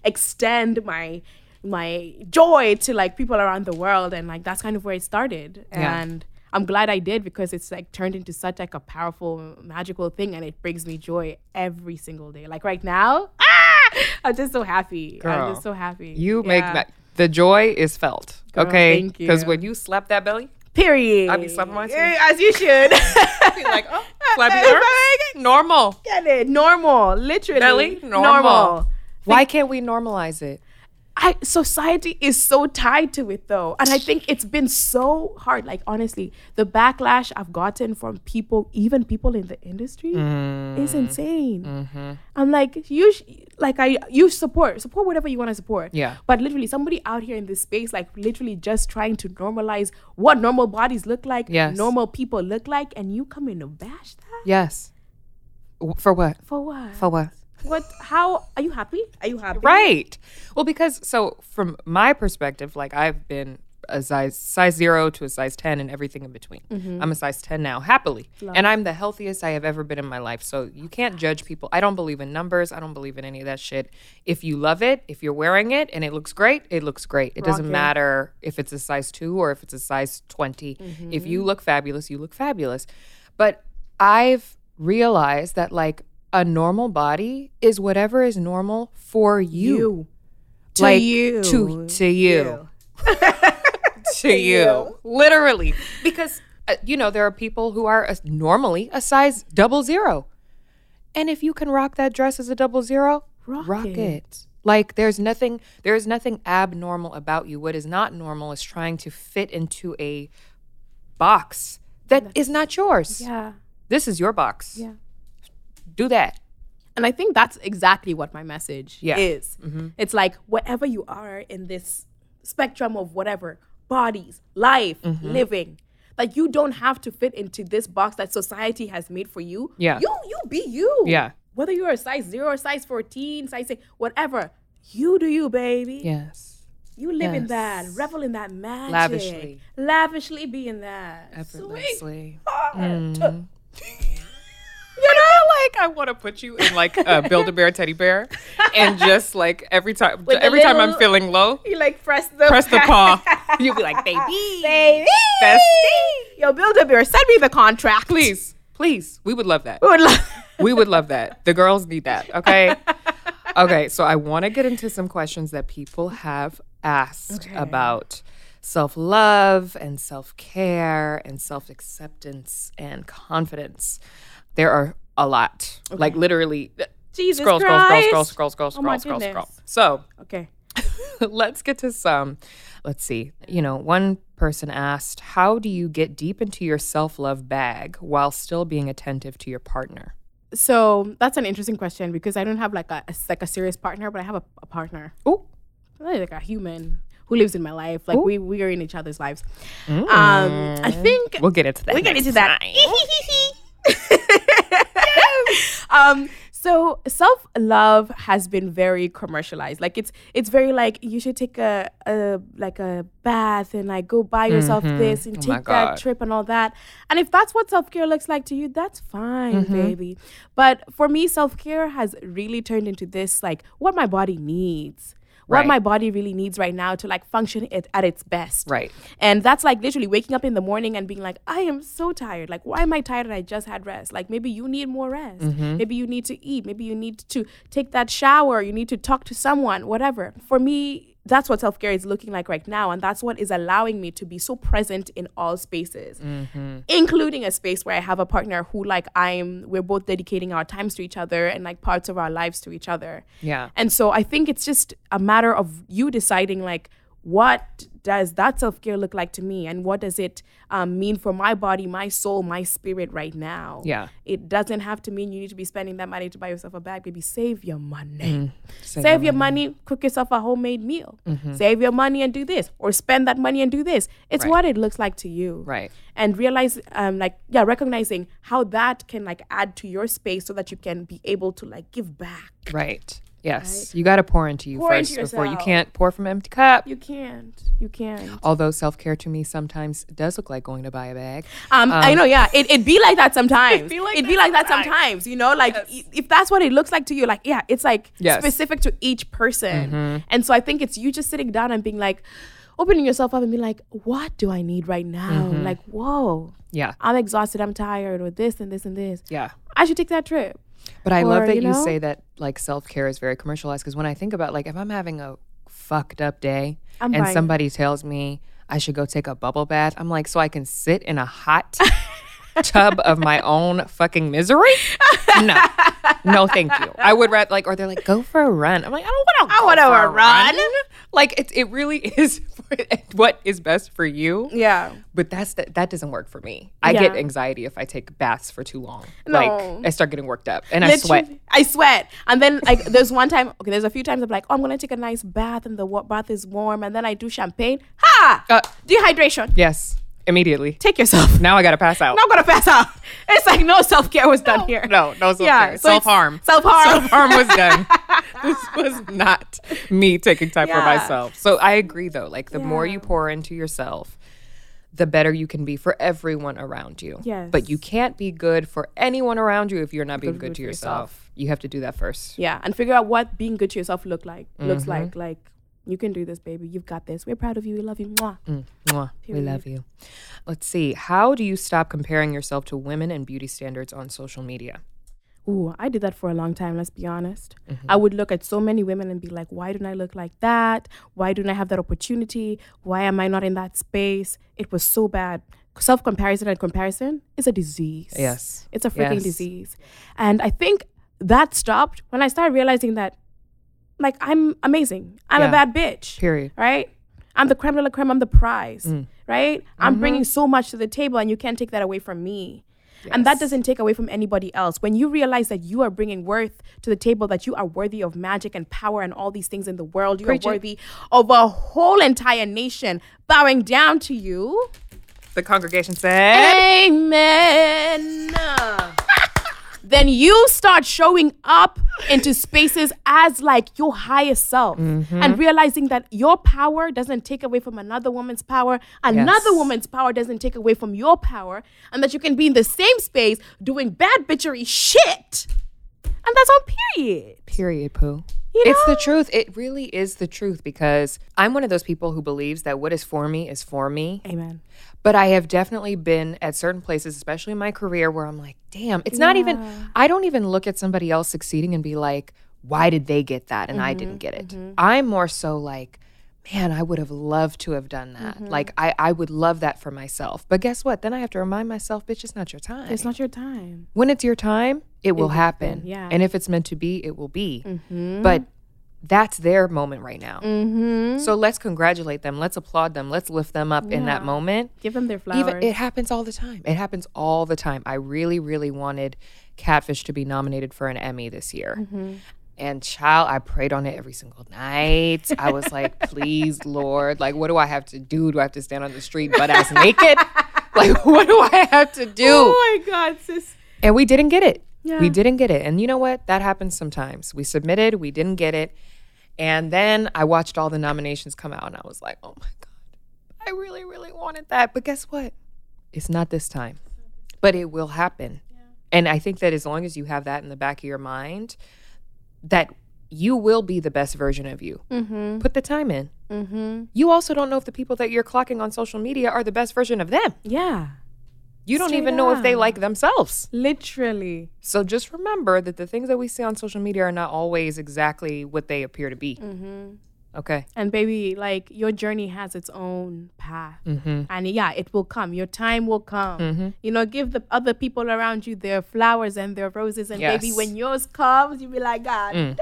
[SPEAKER 3] like extend my my joy to like people around the world and like that's kind of where it started
[SPEAKER 2] Yeah.
[SPEAKER 3] and i'm glad i did because it's like turned into such like a powerful magical thing and it brings me joy every single day like right now ah, i'm just so happy i'm
[SPEAKER 2] Girl,
[SPEAKER 3] just so happy
[SPEAKER 2] You make
[SPEAKER 3] Yeah.
[SPEAKER 2] that. The joy is felt.
[SPEAKER 3] Girl,
[SPEAKER 2] okay?
[SPEAKER 3] thank
[SPEAKER 2] Because
[SPEAKER 3] you.
[SPEAKER 2] when you slap that belly,
[SPEAKER 3] period
[SPEAKER 2] I be slapping my teeth.
[SPEAKER 3] Yeah, as you should
[SPEAKER 2] you're like, oh, flabby arms. Normal.
[SPEAKER 3] get it normal literally
[SPEAKER 2] Belly, normal. Why can't we normalize it?
[SPEAKER 3] I society is so tied to it though. And I think it's been so hard. Like honestly, the backlash I've gotten from people, even people in the industry,
[SPEAKER 2] Mm-hmm.
[SPEAKER 3] is insane. I'm like, you sh- like I you support, support whatever you want to support.
[SPEAKER 2] Yeah.
[SPEAKER 3] But literally somebody out here in this space, like literally just trying to normalize what normal bodies look like,
[SPEAKER 2] Yes.
[SPEAKER 3] normal people look like, and you come in to bash that?
[SPEAKER 2] Yes. W- For what?
[SPEAKER 3] For what?
[SPEAKER 2] For what?
[SPEAKER 3] what how are you happy? Are you happy?
[SPEAKER 2] Right. Well, because so from my perspective, like I've been a size size zero to a size ten and everything in between. I'm a size ten now, happily, and I'm the healthiest I have ever been in my life. So you can't judge people. I don't believe in numbers. I don't believe in any of that shit. If you love it, if you're wearing it, and it looks great, it looks great. It doesn't
[SPEAKER 3] Rock it.
[SPEAKER 2] matter if it's a size two or if it's a size 20 If you look fabulous, you look fabulous. But I've realized that like a normal body is whatever is normal for you.
[SPEAKER 3] You. To
[SPEAKER 2] like
[SPEAKER 3] you.
[SPEAKER 2] to to you. to you. Literally. Because uh, you know there are people who are a, normally a size double zero. And if you can rock that dress as a double zero,
[SPEAKER 3] Rock
[SPEAKER 2] it.
[SPEAKER 3] it.
[SPEAKER 2] Like there's nothing there is nothing abnormal about you. What is not normal is trying to fit into a box that is not yours.
[SPEAKER 3] Yeah.
[SPEAKER 2] This is your box.
[SPEAKER 3] Yeah.
[SPEAKER 2] Do that.
[SPEAKER 3] And I think that's exactly what my message
[SPEAKER 2] Yeah. Mm-hmm.
[SPEAKER 3] is. It's like wherever you are in this spectrum of whatever bodies, life,
[SPEAKER 2] Mm-hmm.
[SPEAKER 3] living, like you don't have to fit into this box that society has made for you.
[SPEAKER 2] Yeah.
[SPEAKER 3] You you be you.
[SPEAKER 2] Yeah.
[SPEAKER 3] Whether you're a size zero or size 14, size six, whatever. You do you, baby.
[SPEAKER 2] Yes.
[SPEAKER 3] You live in
[SPEAKER 2] Yes.
[SPEAKER 3] that. Revel in that magic.
[SPEAKER 2] Lavishly.
[SPEAKER 3] Lavishly be in that.
[SPEAKER 2] Effortlessly.
[SPEAKER 3] Sweetheart.
[SPEAKER 2] Mm-hmm. You know, like I want to put you in like a Build a Bear teddy bear, and just like every time,
[SPEAKER 3] With the
[SPEAKER 2] every time I'm
[SPEAKER 3] little-
[SPEAKER 2] feeling low,
[SPEAKER 3] You like press the
[SPEAKER 2] press the paw. You'll be like, baby,
[SPEAKER 3] baby.
[SPEAKER 2] Bestie.
[SPEAKER 3] Yo, build a beer. Send me the contract,
[SPEAKER 2] please, please, we would love that.
[SPEAKER 3] We would love-
[SPEAKER 2] We would love that. The girls need that. Okay. Okay. So I want to get into some questions that people have asked about self love and self care and self acceptance and confidence. There are a lot, like literally. uh,
[SPEAKER 3] Jesus
[SPEAKER 2] Scroll, scroll,
[SPEAKER 3] Christ.
[SPEAKER 2] scroll, scroll, scroll,
[SPEAKER 3] Oh my
[SPEAKER 2] scroll, scroll, scroll.
[SPEAKER 3] goodness.
[SPEAKER 2] So
[SPEAKER 3] Okay.
[SPEAKER 2] let's get to some. Let's see. You know, one person asked, How do you get deep into your self love bag while still being attentive to your partner?
[SPEAKER 3] So that's an interesting question because I don't have like a, a s- like a serious partner, but I have a, a partner,
[SPEAKER 2] Oh,
[SPEAKER 3] really like a human who lives in my life. Like we we are in each other's lives. Um, I think
[SPEAKER 2] we'll get into that.
[SPEAKER 3] we're gonna
[SPEAKER 2] next
[SPEAKER 3] do that.
[SPEAKER 2] time.
[SPEAKER 3] um so self love has been very commercialized like it's it's very like you should take a, a like a bath and like go buy yourself this and
[SPEAKER 2] Oh my
[SPEAKER 3] take that
[SPEAKER 2] God.
[SPEAKER 3] trip and all that and if that's what self care looks like to you that's fine
[SPEAKER 2] Mm-hmm.
[SPEAKER 3] baby but for me self care has really turned into this like what my body needs what
[SPEAKER 2] Right.
[SPEAKER 3] my body really needs right now to like function it at its best
[SPEAKER 2] Right.
[SPEAKER 3] and that's like literally waking up in the morning and being like, I am so tired. Like, why am I tired and I just had rest? Like, maybe you need more rest. Maybe you need to eat. Maybe you need to take that shower. You need to talk to someone, whatever. For me, that's what self care is looking like right now. And that's what is allowing me to be so present in all spaces, including a space where I have a partner who, like, I'm, we're both dedicating our times to each other and, like, parts of our lives to each other.
[SPEAKER 2] Yeah.
[SPEAKER 3] And so I think it's just a matter of you deciding, like, what does that self care look like to me? And what does it um, mean for my body, my soul, my spirit right now?
[SPEAKER 2] Yeah.
[SPEAKER 3] It doesn't have to mean you need to be spending that money to buy yourself a bag, baby. Save your money. Mm-hmm. Save, your money. Mm-hmm. cook yourself a homemade meal. Save your money and do this, or spend that money and do this. It's what it looks like to you.
[SPEAKER 2] Right.
[SPEAKER 3] And realize, um, like, yeah, recognizing how that can like add to your space so that you can be able to like give back.
[SPEAKER 2] Right. Yes. You got to pour into you
[SPEAKER 3] Pour
[SPEAKER 2] first
[SPEAKER 3] into
[SPEAKER 2] before you
[SPEAKER 3] yourself.
[SPEAKER 2] can't pour from empty cup.
[SPEAKER 3] You can't. You can't.
[SPEAKER 2] Although self care to me sometimes does look like going to buy a bag.
[SPEAKER 3] Um, I know, yeah. It it be like that sometimes. It be
[SPEAKER 2] like
[SPEAKER 3] like,
[SPEAKER 2] that
[SPEAKER 3] that, sometimes. You know, like i- if that's what it looks like to you, like yeah, it's like
[SPEAKER 2] Yes. Mm-hmm.
[SPEAKER 3] specific to each person. And so I think it's you just sitting down and being like, opening yourself up and being like, what do I need right now?
[SPEAKER 2] Mm-hmm.
[SPEAKER 3] Like, whoa,
[SPEAKER 2] Yeah.
[SPEAKER 3] I'm exhausted. I'm tired. Or this and this and this.
[SPEAKER 2] Yeah.
[SPEAKER 3] I should take that trip.
[SPEAKER 2] But I love
[SPEAKER 3] Or,
[SPEAKER 2] that you,
[SPEAKER 3] you know?
[SPEAKER 2] say that like self care is very commercialized because when I think about like if I'm having a fucked up day
[SPEAKER 3] I'm
[SPEAKER 2] and
[SPEAKER 3] buying-
[SPEAKER 2] somebody tells me I should go take a bubble bath, I'm like, so I can sit in a hot tub of my own fucking misery? No, no, thank you. I would rather like, or they're like, go for a run. I'm like, I don't want to. I
[SPEAKER 3] wanna
[SPEAKER 2] for a
[SPEAKER 3] run.
[SPEAKER 2] Like it, it really is what is best for you.
[SPEAKER 3] Yeah.
[SPEAKER 2] But that's the, that doesn't work for me. I get
[SPEAKER 3] Yeah.
[SPEAKER 2] anxiety if I take baths for too long.
[SPEAKER 3] No.
[SPEAKER 2] Like I start getting worked up and I sweat.
[SPEAKER 3] Literally, I sweat. And then like there's one time, okay, there's a few times I'm like, oh, I'm gonna take a nice bath and the wa- bath is warm, and then I do champagne. Ha!
[SPEAKER 2] Uh,
[SPEAKER 3] Dehydration.
[SPEAKER 2] Yes, immediately.
[SPEAKER 3] Take yourself.
[SPEAKER 2] Now I gotta pass out.
[SPEAKER 3] I'm not gonna pass out. It's like no self care was done here.
[SPEAKER 2] no, no self-care. Self-harm.
[SPEAKER 3] Self harm.
[SPEAKER 2] harm was done. this was not me taking time for
[SPEAKER 3] Yeah.
[SPEAKER 2] myself. So I agree though. Like the more you pour into yourself, the better you can be for everyone around you.
[SPEAKER 3] Yes.
[SPEAKER 2] But you can't be good for anyone around you if you're not being good, to yourself. You have to do that first.
[SPEAKER 3] Yeah, and figure out what being good to yourself look like looks
[SPEAKER 2] Mm-hmm.
[SPEAKER 3] like. Like you can do this, baby. You've got this. We're proud of you. We love you. Mwah.
[SPEAKER 2] Mwah. We love you. Let's see. How do you stop comparing yourself to women and beauty standards on social media?
[SPEAKER 3] Ooh, I did that for a long time, let's be honest.
[SPEAKER 2] Mm-hmm.
[SPEAKER 3] I would look at so many women and be like, why don't I look like that? Why don't I have that opportunity? Why am I not in that space? It was so bad. Self comparison and comparison is a disease.
[SPEAKER 2] Yes.
[SPEAKER 3] It's a freaking
[SPEAKER 2] Yes.
[SPEAKER 3] disease. And I think that stopped when I started realizing that, like, I'm amazing. I'm
[SPEAKER 2] Yeah.
[SPEAKER 3] a bad bitch.
[SPEAKER 2] Period. Mm.
[SPEAKER 3] Right? I'm the creme de la creme. I'm the prize. Right? I'm bringing
[SPEAKER 2] Mm-hmm.
[SPEAKER 3] so much to the table, and you can't take that away from me. And that doesn't take away from anybody else. When you realize that you are bringing worth to the table, that you are worthy of magic and power and all these things in the world, you
[SPEAKER 2] Preach it.
[SPEAKER 3] are worthy of a whole entire nation bowing down to you.
[SPEAKER 2] The congregation said.
[SPEAKER 3] Amen. then you start showing up into spaces as like your higher self and realizing that your power doesn't take away from another woman's power, another
[SPEAKER 2] Yes.
[SPEAKER 3] woman's power doesn't take away from your power, and that you can be in the same space doing bad bitchery shit. And that's on period.
[SPEAKER 2] Period, poo.
[SPEAKER 3] You
[SPEAKER 2] It's the
[SPEAKER 3] know?
[SPEAKER 2] truth. It really is the truth because I'm one of those people who believes that what is for me is for me.
[SPEAKER 3] Amen.
[SPEAKER 2] But I have definitely been at certain places, especially in my career, where I'm like, damn, it's not even, I don't even look at somebody else succeeding and be like, why did they get that and I
[SPEAKER 3] Mm-hmm,
[SPEAKER 2] didn't get it? I'm more so like, man, I would have loved to have done that.
[SPEAKER 3] Mm-hmm.
[SPEAKER 2] Like, I, I would love that for myself. But guess what? Then I have to remind myself, bitch, it's not your time
[SPEAKER 3] It's not your time.
[SPEAKER 2] when it's your time, it will happen.
[SPEAKER 3] yeah. Mm-hmm.
[SPEAKER 2] And if it's meant to be, it will be. But that's their moment right now. So let's congratulate them. Let's applaud them. Let's lift them up in that moment.
[SPEAKER 3] Give them their flowers.
[SPEAKER 2] Even it happens all the time. It happens all the time. I really, really wanted Catfish to be nominated for an Emmy this year.
[SPEAKER 3] Mm-hmm.
[SPEAKER 2] And child, I prayed on it every single night. I was like, please, Lord, like, what do I have to do? Do I have to stand on the street butt ass naked? Like, what do I have to do?
[SPEAKER 3] oh my God, sis.
[SPEAKER 2] And we didn't get it. We
[SPEAKER 3] Yeah.
[SPEAKER 2] didn't get it. And you know what? That happens sometimes. We submitted, we didn't get it. And then I watched all the nominations come out and I was like, oh my God, I really, really wanted that. But guess what? It's not this time, but it will happen. And I think that as long as you have that in the back of your mind, that you will be the best version of you.
[SPEAKER 3] Mm-hmm.
[SPEAKER 2] Put the time in.
[SPEAKER 3] Mm-hmm.
[SPEAKER 2] You also don't know if the people that you're clocking on social media are the best version of them.
[SPEAKER 3] Yeah.
[SPEAKER 2] You don't
[SPEAKER 3] Straight
[SPEAKER 2] even know if they
[SPEAKER 3] up.
[SPEAKER 2] like themselves.
[SPEAKER 3] Literally.
[SPEAKER 2] So just
[SPEAKER 3] Mm-hmm.
[SPEAKER 2] remember that the things that we see on social media are not always exactly what they appear to be. Okay.
[SPEAKER 3] And baby, like your journey has its own path.
[SPEAKER 2] Mm-hmm.
[SPEAKER 3] And yeah, it will come. Your time will come. You know, give the other people around you their flowers and their roses. And baby,
[SPEAKER 2] Yes. Mm.
[SPEAKER 3] when yours comes, you'll be like, God, damn.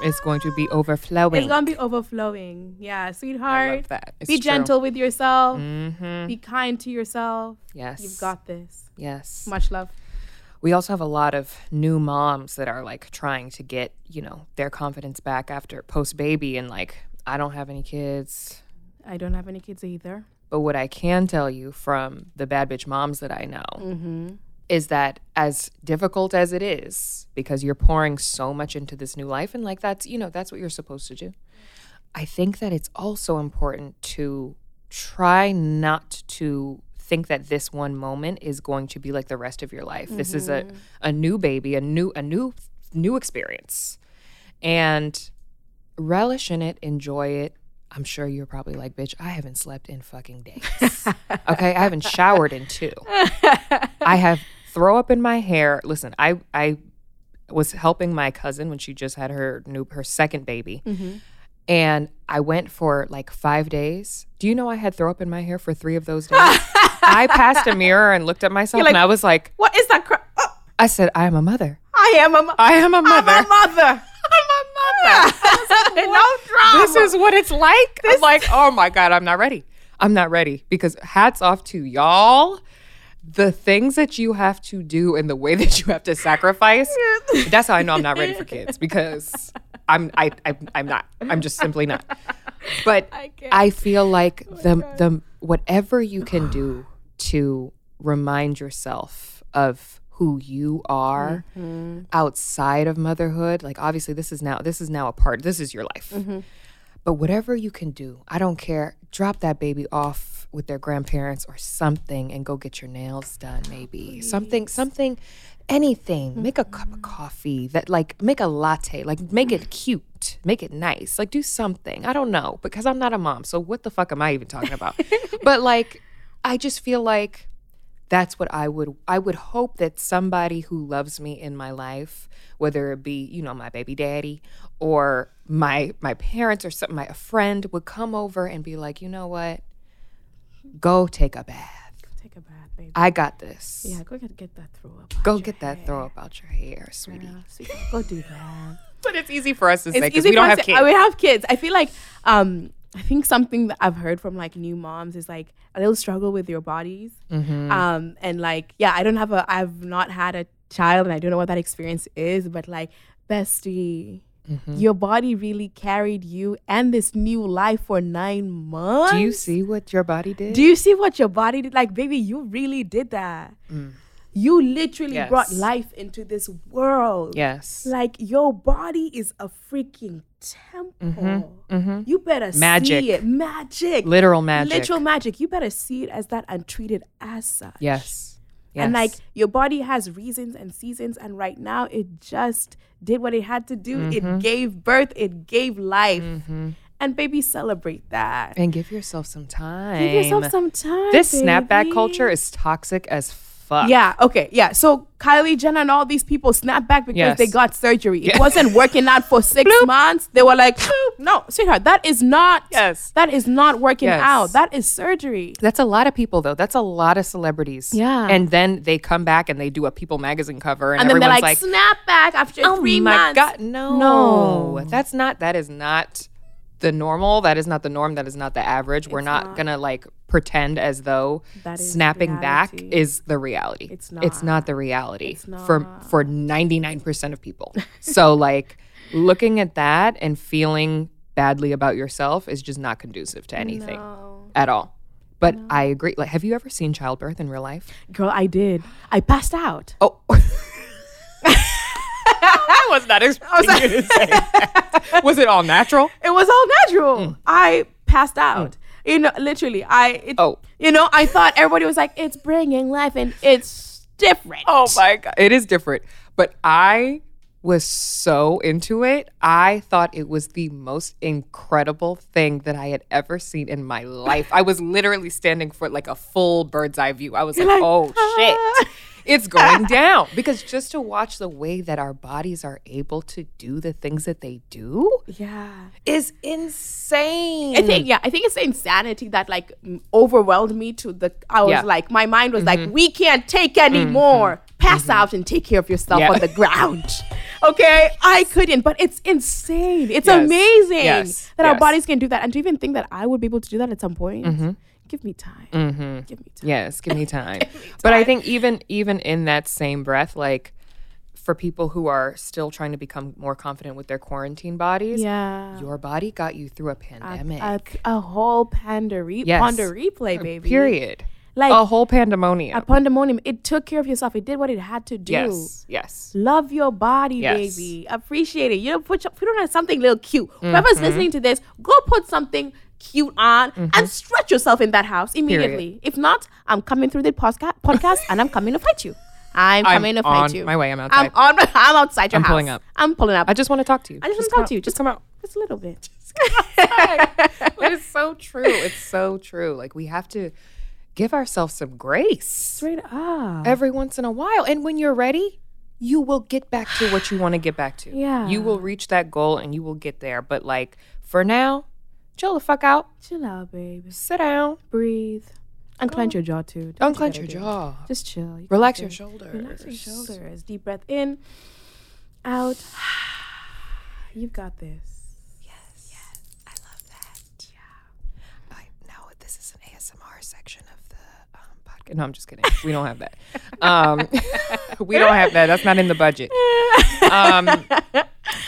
[SPEAKER 2] It's going to be overflowing.
[SPEAKER 3] It's gonna be overflowing. Yeah, sweetheart.
[SPEAKER 2] I love that. It's
[SPEAKER 3] be
[SPEAKER 2] true.
[SPEAKER 3] gentle with yourself.
[SPEAKER 2] Mhm.
[SPEAKER 3] Be kind to yourself.
[SPEAKER 2] Yes.
[SPEAKER 3] You've got this.
[SPEAKER 2] Yes.
[SPEAKER 3] Much love.
[SPEAKER 2] We also have a lot of new moms that are like trying to get, you know, their confidence back after post baby and like, I don't have any kids.
[SPEAKER 3] I don't have any kids either.
[SPEAKER 2] But what I can tell you from the bad bitch moms that I know is that as difficult as it is, because you're pouring so much into this new life and like that's, you know, that's what you're supposed to do. I think that it's also important to try not to think that this one moment is going to be like the rest of your life. This is a a new baby, a new a new new experience. And relish in it, enjoy it. I'm sure you're probably like, bitch, I haven't slept in fucking days. okay, I haven't showered in two. I have throw up in my hair. Listen, I I was helping my cousin when she just had her new her second baby. And I went for like five days. Do you know I had throw up in my hair for three of those days? I passed a mirror and looked at myself, and I was like,
[SPEAKER 3] What is that? Cr- oh,
[SPEAKER 2] I said, I am a mother.
[SPEAKER 3] I am a. Mo-
[SPEAKER 2] I am a mother.
[SPEAKER 3] I'm a mother. I'm a mother. no drama.
[SPEAKER 2] this is what it's like. I'm like, oh my God, I'm not ready. I'm not ready because hats off to y'all. The things that you have to do and the way that you have to sacrifice. that's how I know I'm not ready for kids because I'm I, I I'm not. I'm just simply not. But I, Oh
[SPEAKER 3] can't.
[SPEAKER 2] feel like the the whatever you can do to remind yourself of who you are Mm-hmm. outside of motherhood like obviously this is now this is now a part this is your life but whatever you can do, I don't care. Drop that baby off with their grandparents or something and go get your nails done maybe. Something something anything. Make a cup of coffee that like make a latte. Like make it cute. Make it nice. Like do something. I don't know because I'm not a mom. So what the fuck am I even talking about? but like I just feel like that's what I would I would hope that somebody who loves me in my life, whether it be, you know, my baby daddy or my my parents or some my a friend would come over and be like, "You know what? Go take a bath.
[SPEAKER 3] Take a bath, baby.
[SPEAKER 2] I got this.
[SPEAKER 3] Yeah, go get, get that throw up.
[SPEAKER 2] Go get that throw up out your hair, sweetie."
[SPEAKER 3] Go do that.
[SPEAKER 2] But it's easy for us to say
[SPEAKER 3] It's
[SPEAKER 2] cuz
[SPEAKER 3] easy
[SPEAKER 2] we don't
[SPEAKER 3] for us
[SPEAKER 2] have
[SPEAKER 3] to-
[SPEAKER 2] kids.
[SPEAKER 3] I- We have kids. I feel like um, I think something that I've heard from like new moms is like a little struggle with your bodies.
[SPEAKER 2] Mm-hmm.
[SPEAKER 3] Um, and like, yeah, I don't have a, I've not had a child, and I don't know what that experience is. But like, bestie,
[SPEAKER 2] Mm-hmm.
[SPEAKER 3] your body really carried you and this new life for nine months.
[SPEAKER 2] do you see what your body did?
[SPEAKER 3] Do you see what your body did? Like, baby, you really did that. You literally
[SPEAKER 2] Mm. Yes.
[SPEAKER 3] brought life into this world.
[SPEAKER 2] yes.
[SPEAKER 3] Like your body is a freaking temple. You better
[SPEAKER 2] Mm-hmm, Magic.
[SPEAKER 3] see it. Magic.
[SPEAKER 2] Literal magic.
[SPEAKER 3] Literal magic. You better see it as that and treat it as such.
[SPEAKER 2] yes. Yes.
[SPEAKER 3] And like your body has reasons and seasons, and right now it just did what it had to do.
[SPEAKER 2] Mm-hmm.
[SPEAKER 3] It gave birth, it gave life. And baby, celebrate that.
[SPEAKER 2] and give yourself some time.
[SPEAKER 3] Give yourself some time.
[SPEAKER 2] This snapback
[SPEAKER 3] baby.
[SPEAKER 2] culture is toxic as fuck.
[SPEAKER 3] Yeah, okay, yeah. So Kylie Jenner and all these people snap back because
[SPEAKER 2] Yes.
[SPEAKER 3] they got surgery. It
[SPEAKER 2] Yeah.
[SPEAKER 3] wasn't working out for six months. They were like, no, sweetheart, that is not
[SPEAKER 2] Yes.
[SPEAKER 3] that is not working
[SPEAKER 2] Yes.
[SPEAKER 3] out. That is surgery.
[SPEAKER 2] That's a lot of people though. That's a lot of celebrities.
[SPEAKER 3] Yeah.
[SPEAKER 2] And then they come back and they do a People magazine cover and,
[SPEAKER 3] And then they're
[SPEAKER 2] everyone's
[SPEAKER 3] like,
[SPEAKER 2] like,
[SPEAKER 3] snap back after
[SPEAKER 2] "Oh
[SPEAKER 3] three
[SPEAKER 2] my
[SPEAKER 3] months.
[SPEAKER 2] god, no.
[SPEAKER 3] No.
[SPEAKER 2] That's not that is not the normal. That is not the norm. That is not the average. We're not, gonna like pretend as though
[SPEAKER 3] That is
[SPEAKER 2] snapping back
[SPEAKER 3] reality.
[SPEAKER 2] is the reality.
[SPEAKER 3] It's
[SPEAKER 2] It's not the reality for
[SPEAKER 3] not.
[SPEAKER 2] for ninety nine percent of people. so like looking at that and feeling badly about yourself is just not conducive to anything
[SPEAKER 3] No.
[SPEAKER 2] at all. But I agree. Like, have you ever seen childbirth in real life?
[SPEAKER 3] Girl, I did. I passed out.
[SPEAKER 2] Oh. I was not expecting you to say that. Was it all natural?
[SPEAKER 3] It was all
[SPEAKER 2] Mm.
[SPEAKER 3] natural. I passed out. You know, literally, I. It,
[SPEAKER 2] Oh.
[SPEAKER 3] You know, I thought everybody was like, it's bringing life and it's different.
[SPEAKER 2] Oh my God. It is different. But I was so into it. I thought it was the most incredible thing that I had ever seen in my life. I was literally standing for like a full bird's eye view. I was like, oh shit. It's going down because just to watch the way that our bodies are able to do the things that they do
[SPEAKER 3] Yeah.
[SPEAKER 2] is insane.
[SPEAKER 3] I think yeah, I think it's the insanity that like m- overwhelmed me to the. I was
[SPEAKER 2] Yeah. Mm-hmm.
[SPEAKER 3] like, my mind was like, we can't take anymore. Pass out and take care of yourself
[SPEAKER 2] Yeah.
[SPEAKER 3] on the ground. Okay, I couldn't, but it's insane. It's
[SPEAKER 2] Yes.
[SPEAKER 3] amazing
[SPEAKER 2] Yes.
[SPEAKER 3] that
[SPEAKER 2] Yes.
[SPEAKER 3] our
[SPEAKER 2] Mm-hmm.
[SPEAKER 3] bodies can do that, and to even think that I would be able to do that at some point. Give me time. Give me time.
[SPEAKER 2] Yes, give me time. But I think even even in that same breath, like for people who are still trying to become more confident with their quarantine bodies,
[SPEAKER 3] Yeah.
[SPEAKER 2] your body got you through a pandemic.
[SPEAKER 3] A, a whole panda re-
[SPEAKER 2] Yes.
[SPEAKER 3] panda replay, baby.
[SPEAKER 2] period. Oh.
[SPEAKER 3] Like
[SPEAKER 2] a whole pandemonium.
[SPEAKER 3] a pandemonium. It took care of yourself. It did what it had to do.
[SPEAKER 2] yes. Yes.
[SPEAKER 3] Love your body,
[SPEAKER 2] Yes.
[SPEAKER 3] baby. Appreciate it. You know, put your, put on something little cute. Whoever's
[SPEAKER 2] Mm-hmm.
[SPEAKER 3] listening to this, go put something cute on and stretch yourself in that house immediately. If not, I'm coming through the podcast, podcast and I'm coming to fight you. I'm,
[SPEAKER 2] I'm
[SPEAKER 3] coming to
[SPEAKER 2] on
[SPEAKER 3] fight you.
[SPEAKER 2] my way. I'm
[SPEAKER 3] I'm
[SPEAKER 2] outside.
[SPEAKER 3] on. my- I'm outside your
[SPEAKER 2] I'm
[SPEAKER 3] house.
[SPEAKER 2] pulling up.
[SPEAKER 3] I'm pulling up.
[SPEAKER 2] I just want to talk to you.
[SPEAKER 3] I just wanna
[SPEAKER 2] come
[SPEAKER 3] talk
[SPEAKER 2] out.
[SPEAKER 3] to you.
[SPEAKER 2] Just
[SPEAKER 3] Just-
[SPEAKER 2] come out.
[SPEAKER 3] just a little bit.
[SPEAKER 2] it's so true. It's so true. Like we have to give ourselves some grace.
[SPEAKER 3] Straight up.
[SPEAKER 2] every once in a while. And when you're ready, you will get back to what you want to get back to.
[SPEAKER 3] Yeah.
[SPEAKER 2] You will reach that goal and you will get there. But like for now, chill the fuck out,
[SPEAKER 3] Chill out, baby.
[SPEAKER 2] sit down,
[SPEAKER 3] Breathe. Unclench your jaw too. Do what you
[SPEAKER 2] Oh. unclench your
[SPEAKER 3] gotta do.
[SPEAKER 2] jaw,
[SPEAKER 3] Just chill. You
[SPEAKER 2] relax
[SPEAKER 3] can
[SPEAKER 2] your
[SPEAKER 3] do it.
[SPEAKER 2] shoulders.
[SPEAKER 3] Relax your shoulders. Deep breath in, out. You've got this.
[SPEAKER 2] I love that. Yeah. I, now this is an ASMR section of the um, podcast. No, I'm just kidding. We don't have that. Um, we don't have that. That's not in the budget. Um,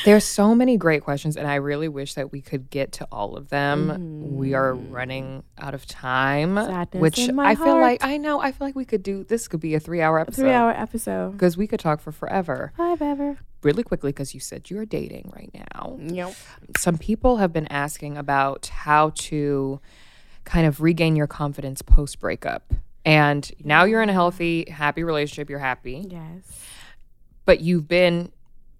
[SPEAKER 2] there's so many great questions, and I really wish that we could get to all of them. We are running out of time,
[SPEAKER 3] Sadness
[SPEAKER 2] which
[SPEAKER 3] in my
[SPEAKER 2] I feel like I know. I feel like we could do. This could be a three-hour
[SPEAKER 3] Three
[SPEAKER 2] episode
[SPEAKER 3] hour episode.
[SPEAKER 2] because we could talk for forever.
[SPEAKER 3] Hi, Bever.
[SPEAKER 2] Really quickly, because you said you're dating right now
[SPEAKER 3] Yep.
[SPEAKER 2] some people have been asking about how to kind of regain your confidence post breakup. And now you're in a healthy, happy relationship, you're happy,
[SPEAKER 3] Yes.
[SPEAKER 2] but you've been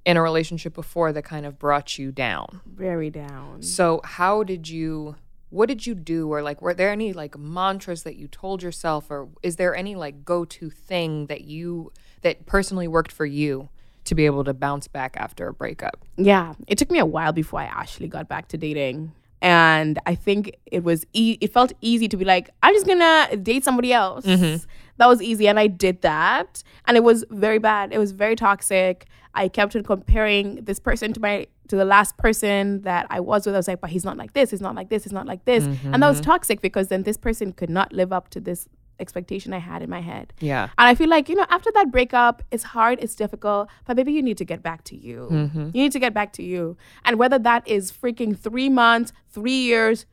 [SPEAKER 2] in a relationship before that kind of brought you down.
[SPEAKER 3] Very down.
[SPEAKER 2] So, how did you what did you do or like were there any like mantras that you told yourself or is there any like go-to thing that you that personally worked for you to be able to bounce back after a breakup?
[SPEAKER 3] Yeah. It took me a while before I actually got back to dating. And I think it was e- it felt easy to be like, I'm just gonna date somebody else. That was easy. And I did that. And it was very bad. It was very toxic. I kept on comparing this person to my to the last person that I was with. I was like, but he's not like this, he's not like this, he's not like this. And that was toxic because then this person could not live up to this expectation I had in my head.
[SPEAKER 2] Yeah.
[SPEAKER 3] And I feel like, you know, after that breakup, it's hard, it's difficult, but maybe you need to get back to you.
[SPEAKER 2] Mm-hmm.
[SPEAKER 3] You need to get back to you. And whether that is freaking three months, three years,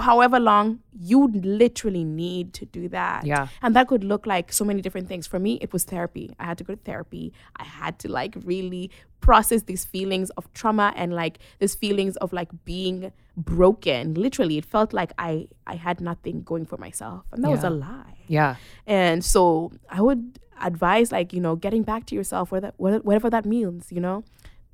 [SPEAKER 3] however long, you literally need to do that.
[SPEAKER 2] Yeah.
[SPEAKER 3] And that could look like so many different things. For me, it was therapy. I had to go to therapy. I had to like really process these feelings of trauma and like these feelings of like being broken. Literally, it felt like I I had nothing going for myself. And that was a lie.
[SPEAKER 2] Yeah.
[SPEAKER 3] And so I would advise like, you know, getting back to yourself, whether whether- whatever that means, you know,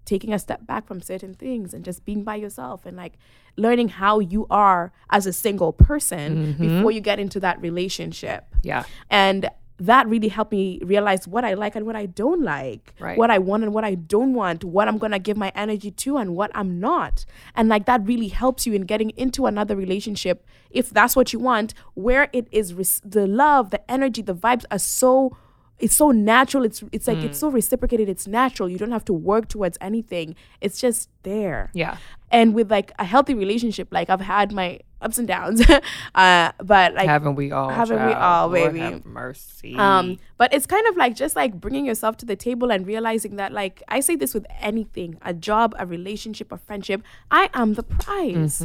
[SPEAKER 3] taking a step back from certain things and just being by yourself and like learning how you are as a single person before you get into that relationship.
[SPEAKER 2] Yeah.
[SPEAKER 3] And that really helped me realize what I like and what I don't like,
[SPEAKER 2] Right.
[SPEAKER 3] what I want and what I don't want, what I'm gonna give my energy to and what I'm not. And like that really helps you in getting into another relationship if that's what you want, where it is res- the love, the energy, the vibes are so it's so natural. It's it's like
[SPEAKER 2] Mm.
[SPEAKER 3] it's so reciprocated. It's natural. You don't have to work towards anything. It's just there
[SPEAKER 2] Yeah.
[SPEAKER 3] and with like a healthy relationship like i've had my ups and downs uh but like
[SPEAKER 2] haven't we all?
[SPEAKER 3] haven't we
[SPEAKER 2] child?
[SPEAKER 3] all,
[SPEAKER 2] Lord
[SPEAKER 3] baby?
[SPEAKER 2] have mercy.
[SPEAKER 3] um but it's kind of like just like bringing yourself to the table and realizing that like i say this with anything a job a relationship a friendship i am the prize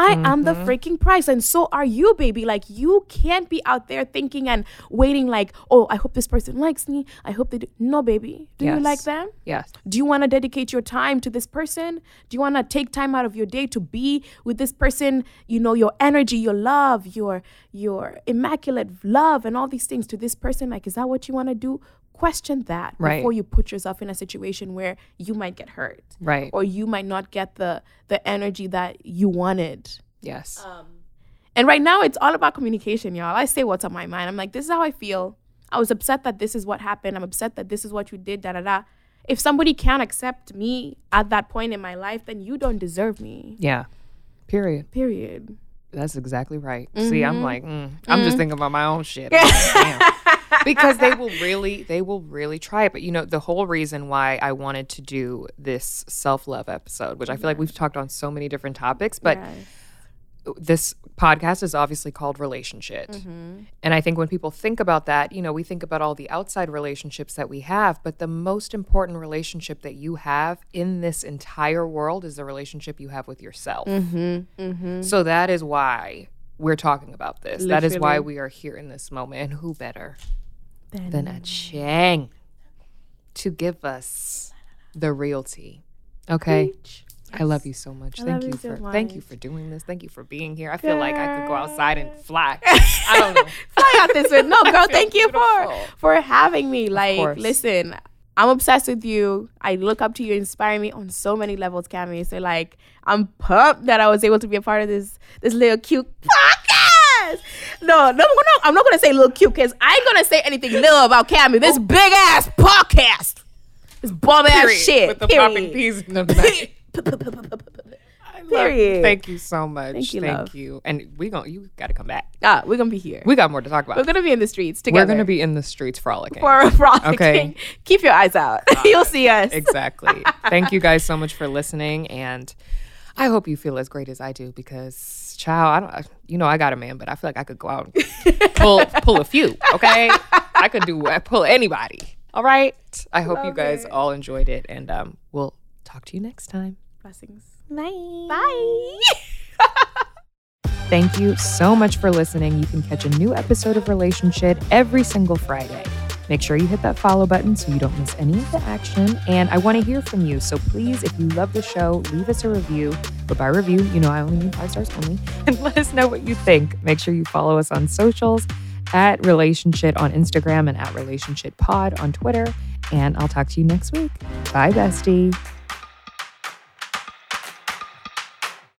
[SPEAKER 3] I am the freaking prize, and so are you, baby. Like you can't be out there thinking and waiting. Like, oh, I hope this person likes me. I hope they do. No, baby, do you like
[SPEAKER 2] Yes.
[SPEAKER 3] them?
[SPEAKER 2] yes.
[SPEAKER 3] Do you want to dedicate your time to this person? Do you want to take time out of your day to be with this person? You know, your energy, your love, your your immaculate love and all these things to this person like is that what you want to do? Question that
[SPEAKER 2] Right.
[SPEAKER 3] before you put yourself in a situation where you might get hurt
[SPEAKER 2] Right.
[SPEAKER 3] or you might not get the the energy that you wanted.
[SPEAKER 2] yes.
[SPEAKER 3] um, And right now, it's all about communication, y'all. I say what's on my mind. I'm like, this is how I feel. I was upset that this is what happened. I'm upset that this is what you did. Da da da. If somebody can't accept me at that point in my life, then you don't deserve me.
[SPEAKER 2] Yeah. Period.
[SPEAKER 3] Period.
[SPEAKER 2] That's exactly right. See, I'm like, mm, I'm just thinking about my own shit. I'm like, "Damn." because they will really, they will really try it. But you know, the whole reason why I wanted to do this self love episode, which I feel like we've talked on so many different topics, but
[SPEAKER 3] Yes.
[SPEAKER 2] this podcast is obviously called relationship. And I think when people think about that, you know, we think about all the outside relationships that we have, but the most important relationship that you have in this entire world is the relationship you have with yourself. So that is why we're talking about this. That is why we are here in this moment. And who better
[SPEAKER 3] Then-
[SPEAKER 2] than a Chang to give us the real tea? Okay. I love you so much. thank
[SPEAKER 3] love
[SPEAKER 2] you,
[SPEAKER 3] you so
[SPEAKER 2] for thank you
[SPEAKER 3] much.
[SPEAKER 2] for doing this. Thank you for being here. I feel like I could go outside and fly. I don't know.
[SPEAKER 3] Fly out this way. No, girl, thank you
[SPEAKER 2] beautiful.
[SPEAKER 3] for for having me.
[SPEAKER 2] course.
[SPEAKER 3] Like, listen, I'm obsessed with you. I look up to you. You Inspire me on so many levels, Cammy. So like, I'm pumped that I was able to be a part of this this little cute podcast. No, no, I'm not, I'm not gonna say little cute because I ain't gonna say anything little about Cammy. This big ass podcast. This bum ass
[SPEAKER 2] Oh. Period.
[SPEAKER 3] shit.
[SPEAKER 2] With the
[SPEAKER 3] period.
[SPEAKER 2] popping peas in the back.
[SPEAKER 3] Period.
[SPEAKER 2] Thank you so much. Thank
[SPEAKER 3] you,
[SPEAKER 2] you. Thank
[SPEAKER 3] love.
[SPEAKER 2] you. And we gon' you gotta come back.
[SPEAKER 3] Ah, we're gonna be here.
[SPEAKER 2] We got more to talk about.
[SPEAKER 3] We're gonna be in the streets
[SPEAKER 2] We're
[SPEAKER 3] together.
[SPEAKER 2] gonna be in the streets frolicking.
[SPEAKER 3] for a frolicking.
[SPEAKER 2] Okay.
[SPEAKER 3] Keep your eyes out. You'll see us.
[SPEAKER 2] exactly. Thank you guys so much for listening, and I hope you feel as great as I do because, child, I don't. You know, I got a man, but I feel like I could go out and pull pull a few. Okay, I could do I pull anybody. All right. I hope you guys all enjoyed it, and um, we'll talk to you next time.
[SPEAKER 3] Blessings.
[SPEAKER 2] Thank you so much for listening. You can catch a new episode of Relationship every single Friday. Make sure you hit that follow button so you don't miss any of the action. And I want to hear from you. So please, if you love the show, leave us a review. But by review, you know I only mean five stars only. And let us know what you think. Make sure you follow us on socials at Relationship on Instagram and at Relationship Pod on Twitter. And I'll talk to you next week. Bye, bestie.